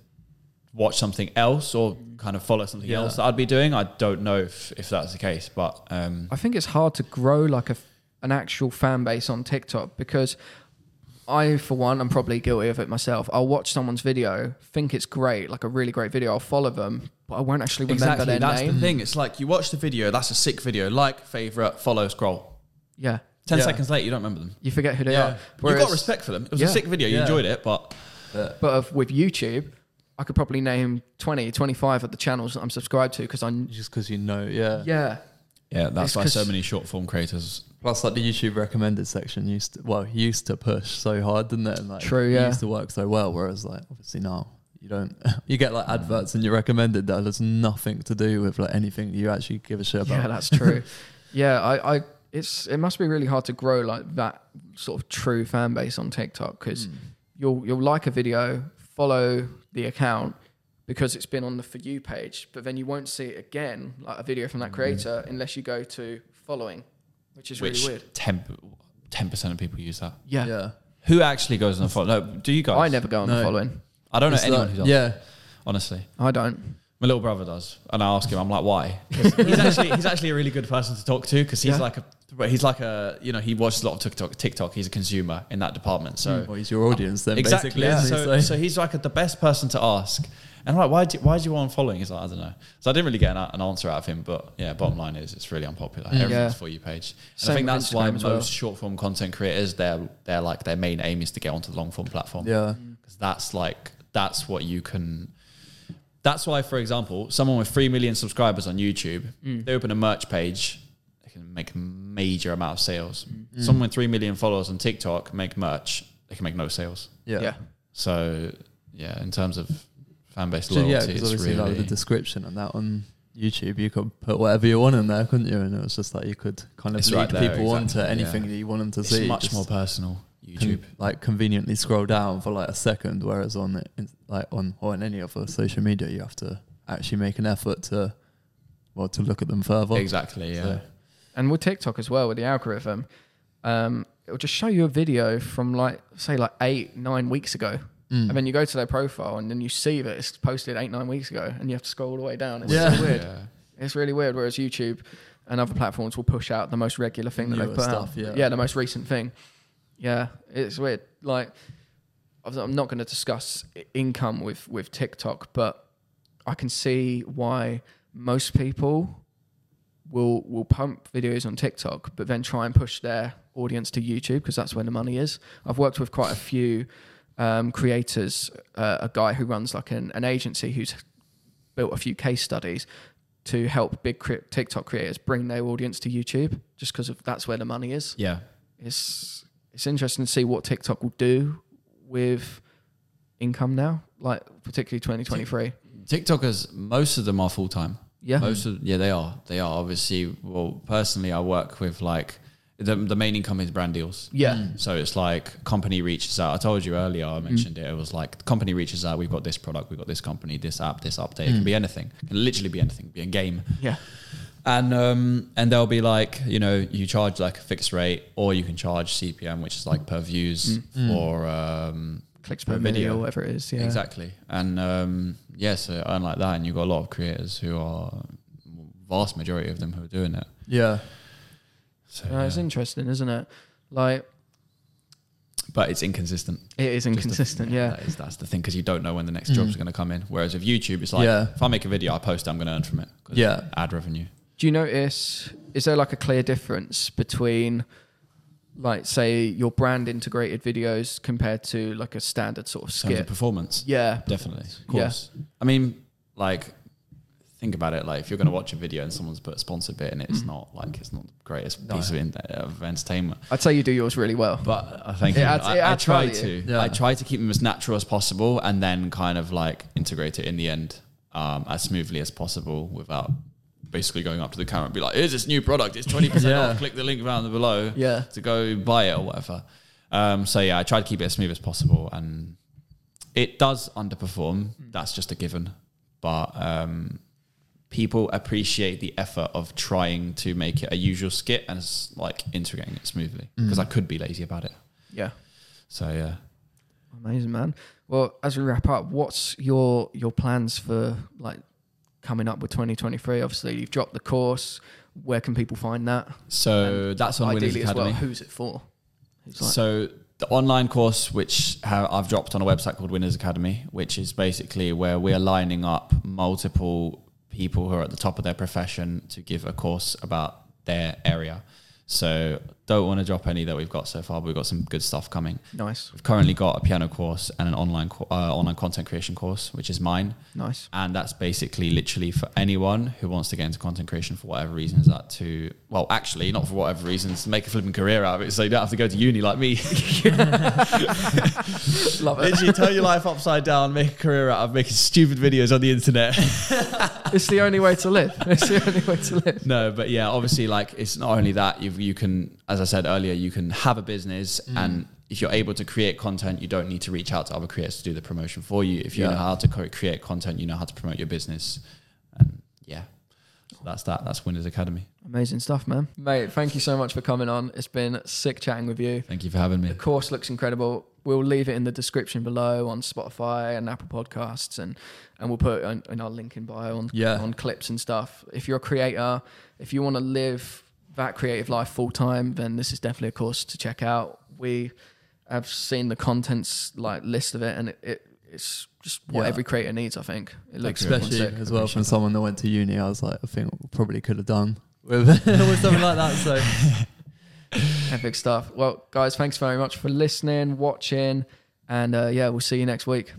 S1: watch something else or kind of follow something
S3: Yeah.
S1: else that I'd be doing, I don't know if, if that's the case. But um,
S2: I think it's hard to grow like a f- an actual fan base on TikTok because I, for one, I'm probably guilty of it myself. I'll watch someone's video, think it's great, like a really great video. I'll follow them, but I won't actually remember
S1: exactly,
S2: their
S1: that's
S2: name.
S1: the thing. It's like you watch the video, that's a sick video, like, favorite, follow, scroll.
S2: Yeah,
S1: 10
S3: Yeah.
S1: seconds later, you don't remember them.
S2: you forget who they
S3: Yeah.
S2: are.
S3: You've
S1: you got
S2: Whereas-
S1: respect for them. It was
S2: Yeah.
S1: a sick video. You
S3: Yeah.
S1: enjoyed it, but
S3: But-
S2: But of, with YouTube, I could probably name 20, 25 of the channels that I'm subscribed to because I. kn-
S3: just because you know, yeah.
S2: Yeah,
S1: yeah,
S2: that's It's why 'cause- so
S1: many short form creators.
S3: Plus, like the YouTube recommended section used to, well used to push so hard, didn't it? And, like,
S2: True,
S3: it
S2: yeah.
S3: Used to work so well, whereas like obviously now you don't. You get like adverts and you're recommended that has nothing to do with like anything you actually give a shit about.
S2: yeah, that's true. yeah, I, I, it's it must be really hard to grow like that sort of true fan base on TikTok because you'll you'll like a video, follow the account because it's been on the for you page, but then you won't see it again like a video
S3: Mm-hmm.
S2: from that creator unless you go to following, which is
S1: which
S2: really weird.
S1: 10 percent of people use that.
S2: Yeah.
S3: yeah.
S1: Who actually goes on the follow? No, do you guys?
S2: I never go on the
S3: No.
S2: following.
S1: I don't know
S3: It's
S1: anyone
S3: like-
S1: who does.
S3: Yeah,
S1: honestly,
S2: I don't.
S1: my little brother does, and I ask him. I'm like, why? 'Cause he's actually he's actually a really good person to talk to because he's
S2: Yeah.
S1: like a but he's like a you know he watches a lot of TikTok. TikTok. He's a consumer in that department. So
S3: well, he's your audience then,
S1: exactly.
S3: basically. isn't he?
S1: So, so he's like the best person to ask. And I'm like, why do, why do you want following? He's like, I don't know. So I didn't really get an, an answer out of him. But yeah, bottom line is it's really unpopular. Everything's
S2: Yeah.
S1: for you page. And
S2: Same
S1: I think
S2: with
S1: that's why
S2: Instagram as
S1: most
S2: well.
S1: short form content creators, their their like their main aim is to get onto the long form platform.
S3: yeah,
S1: Because that's like that's what you can. That's why, for example, someone with three million subscribers on YouTube, they open a merch page, they can make a major amount of sales.
S2: Mm-hmm.
S1: Someone with three million followers on TikTok make merch, they can make no sales.
S3: yeah,
S2: yeah.
S1: So yeah, in terms of fan base
S3: So,
S1: loyalty,
S3: yeah. Because
S1: it's
S3: obviously,
S1: really
S3: like with the description and that on YouTube, you could put whatever you want in there, couldn't you? And it was just like you could kind of
S1: It's
S3: lead
S1: right there,
S3: people
S1: exactly,
S3: onto anything
S1: yeah.
S3: that you want them to
S1: it's
S3: see.
S1: much
S3: just
S1: more personal.
S3: can,
S1: YouTube,
S3: like conveniently scroll down for like a second, whereas on in- like on or on any other social media, you have to actually make an effort to well to look at them further.
S1: exactly. Yeah,
S3: So-
S2: and with TikTok as well with the algorithm, um, it'll just show you a video from like say like eight nine weeks ago,
S3: Mm.
S2: and then you go to their profile and then you see that it's posted eight nine weeks ago, and you have to scroll all the way down. It's
S3: Yeah.
S2: so weird.
S1: Yeah.
S2: It's really weird. Whereas YouTube and other platforms will push out the most regular thing that they
S3: Newer
S2: put
S3: stuff,
S2: out.
S3: yeah.
S2: yeah, the most recent thing. Yeah, it's weird. Like, obviously I'm not going to discuss i- income with with TikTok, but I can see why most people will will pump videos on TikTok, but then try and push their audience to YouTube because that's where the money is. I've worked with quite a few um, creators, uh, a guy who runs like an, an agency who's built a few case studies to help big cre- TikTok creators bring their audience to YouTube, just because of that's where the money is.
S1: Yeah.
S2: It's it's interesting to see what TikTok will do with income now, like particularly 2023.
S1: TikTokers, most of them are full time.
S2: Yeah.
S1: Most of yeah, they are. They are obviously. Well, personally, I work with like the the main income is brand deals.
S2: Yeah.
S1: So it's like company reaches out. I told you earlier,
S3: Mm.
S1: I mentioned it. It was like the company reaches out. We've got this product. We've got this company. This app. This
S3: Mm.
S1: update. It can be anything. It can literally be anything. Be a game.
S2: Yeah.
S1: And um and they'll be like, you know, you charge like a fixed rate, or you can charge CPM, which is like per
S2: Mm.
S1: views or um
S2: Clicks per
S1: Per
S2: video,
S1: video.
S2: or whatever it is. Yeah.
S1: Exactly. And um, yeah, so and like that, and you've got a lot of creators who are vast majority of them who are doing it.
S3: Yeah.
S1: So,
S2: Uh, It's
S1: yeah.
S2: interesting, isn't it? Like
S1: but it's inconsistent.
S2: it
S1: Just
S2: is
S1: the-
S2: inconsistent. yeah. Mm.
S1: that is, that's the thing because you don't know when the next job's going to come in. Whereas with YouTube, it's like
S3: Yeah.
S1: if I make a video, I post, it, I'm going to earn from it. 'cause
S3: Yeah.
S1: it's ad revenue.
S2: Do you notice? Is there like a clear difference between, like, say, your brand integrated videos compared to like a standard sort of
S1: In terms of
S2: skit?
S1: performance,
S2: Yeah,
S1: definitely. Of
S2: Yeah.
S1: course. I mean, like. Think about it. Like, if you're going to watch a video and someone's put a sponsored bit in it, it's not like it's not the greatest piece of, in- of entertainment.
S2: I'd say you do yours really well.
S1: But I think
S2: It adds- it
S1: I, I
S2: adds
S1: try
S2: value.
S1: to.
S3: Yeah.
S1: I try to keep them as natural as possible, and then kind of like integrate it in the end um, as smoothly as possible without basically going up to the camera and be like, "Here's this new product. It's twenty percent
S3: Yeah.
S1: off. Click the link down below
S2: Yeah.
S1: to go buy it or whatever." Um, so yeah, I try to keep it as smooth as possible, and it does underperform.
S2: Hmm.
S1: That's just a given, but. Um, People appreciate the effort of trying to make it a usual skit and s- like integrating it smoothly
S2: Hmm.
S1: because I could be lazy about it.
S2: Yeah,
S1: So yeah,
S2: amazing, man. Well, as we wrap up, what's your your plans for like coming up with 2023? Obviously, you've dropped the course. Where can people find that?
S1: so that's on Winners
S2: Ideally, as well,
S1: Academy.
S2: who's it for? Who's like-
S1: So the online course, which ha- I've dropped on a website called Winners Academy, which is basically where we are lining up multiple people who are at the top of their profession to give a course about their area. So don't want to drop any that we've got so far, but we've got some good stuff coming.
S2: nice,
S1: We've currently got a piano course and an online co- uh, online content creation course, which is mine.
S2: nice.
S1: And that's basically literally for anyone who wants to get into content creation for whatever reasons that to well, actually not for whatever reasons, make a flipping career out of it so you don't have to go to uni like me.
S2: Love it.
S1: literally turn your life upside down, make a career out of making stupid videos on the internet.
S2: It's the only way to live. It's the only way to live.
S1: no, but yeah, obviously like it's not only that, you you can as I said earlier, you can have a business and if you're able to create content, you don't need to reach out to other creators to do the promotion for you. If you
S3: Yeah.
S1: know how to co- create content, you know how to promote your business. And yeah. So that's that. That's Winners Academy.
S2: Amazing stuff, man. Mate, thank you so much for coming on. It's been sick chatting with you.
S1: Thank you for having me.
S2: The course looks incredible. We'll leave it in the description below on Spotify and Apple Podcasts, and and we'll put it on, in our link in bio on
S3: Yeah.
S2: on clips and stuff. If you're a creator, if you want to live that creative life full time, then this is definitely a course to check out. We have seen the contents like list of it, and it, it it's just what
S3: Yeah.
S2: every creator needs. I think it looks
S3: Especially
S2: sick.
S3: as well from someone that went to uni, I was like, I think we probably could have done with, with something like that. So
S2: Epic stuff. Well, guys, thanks very much for listening, watching, and uh, yeah, we'll see you next week.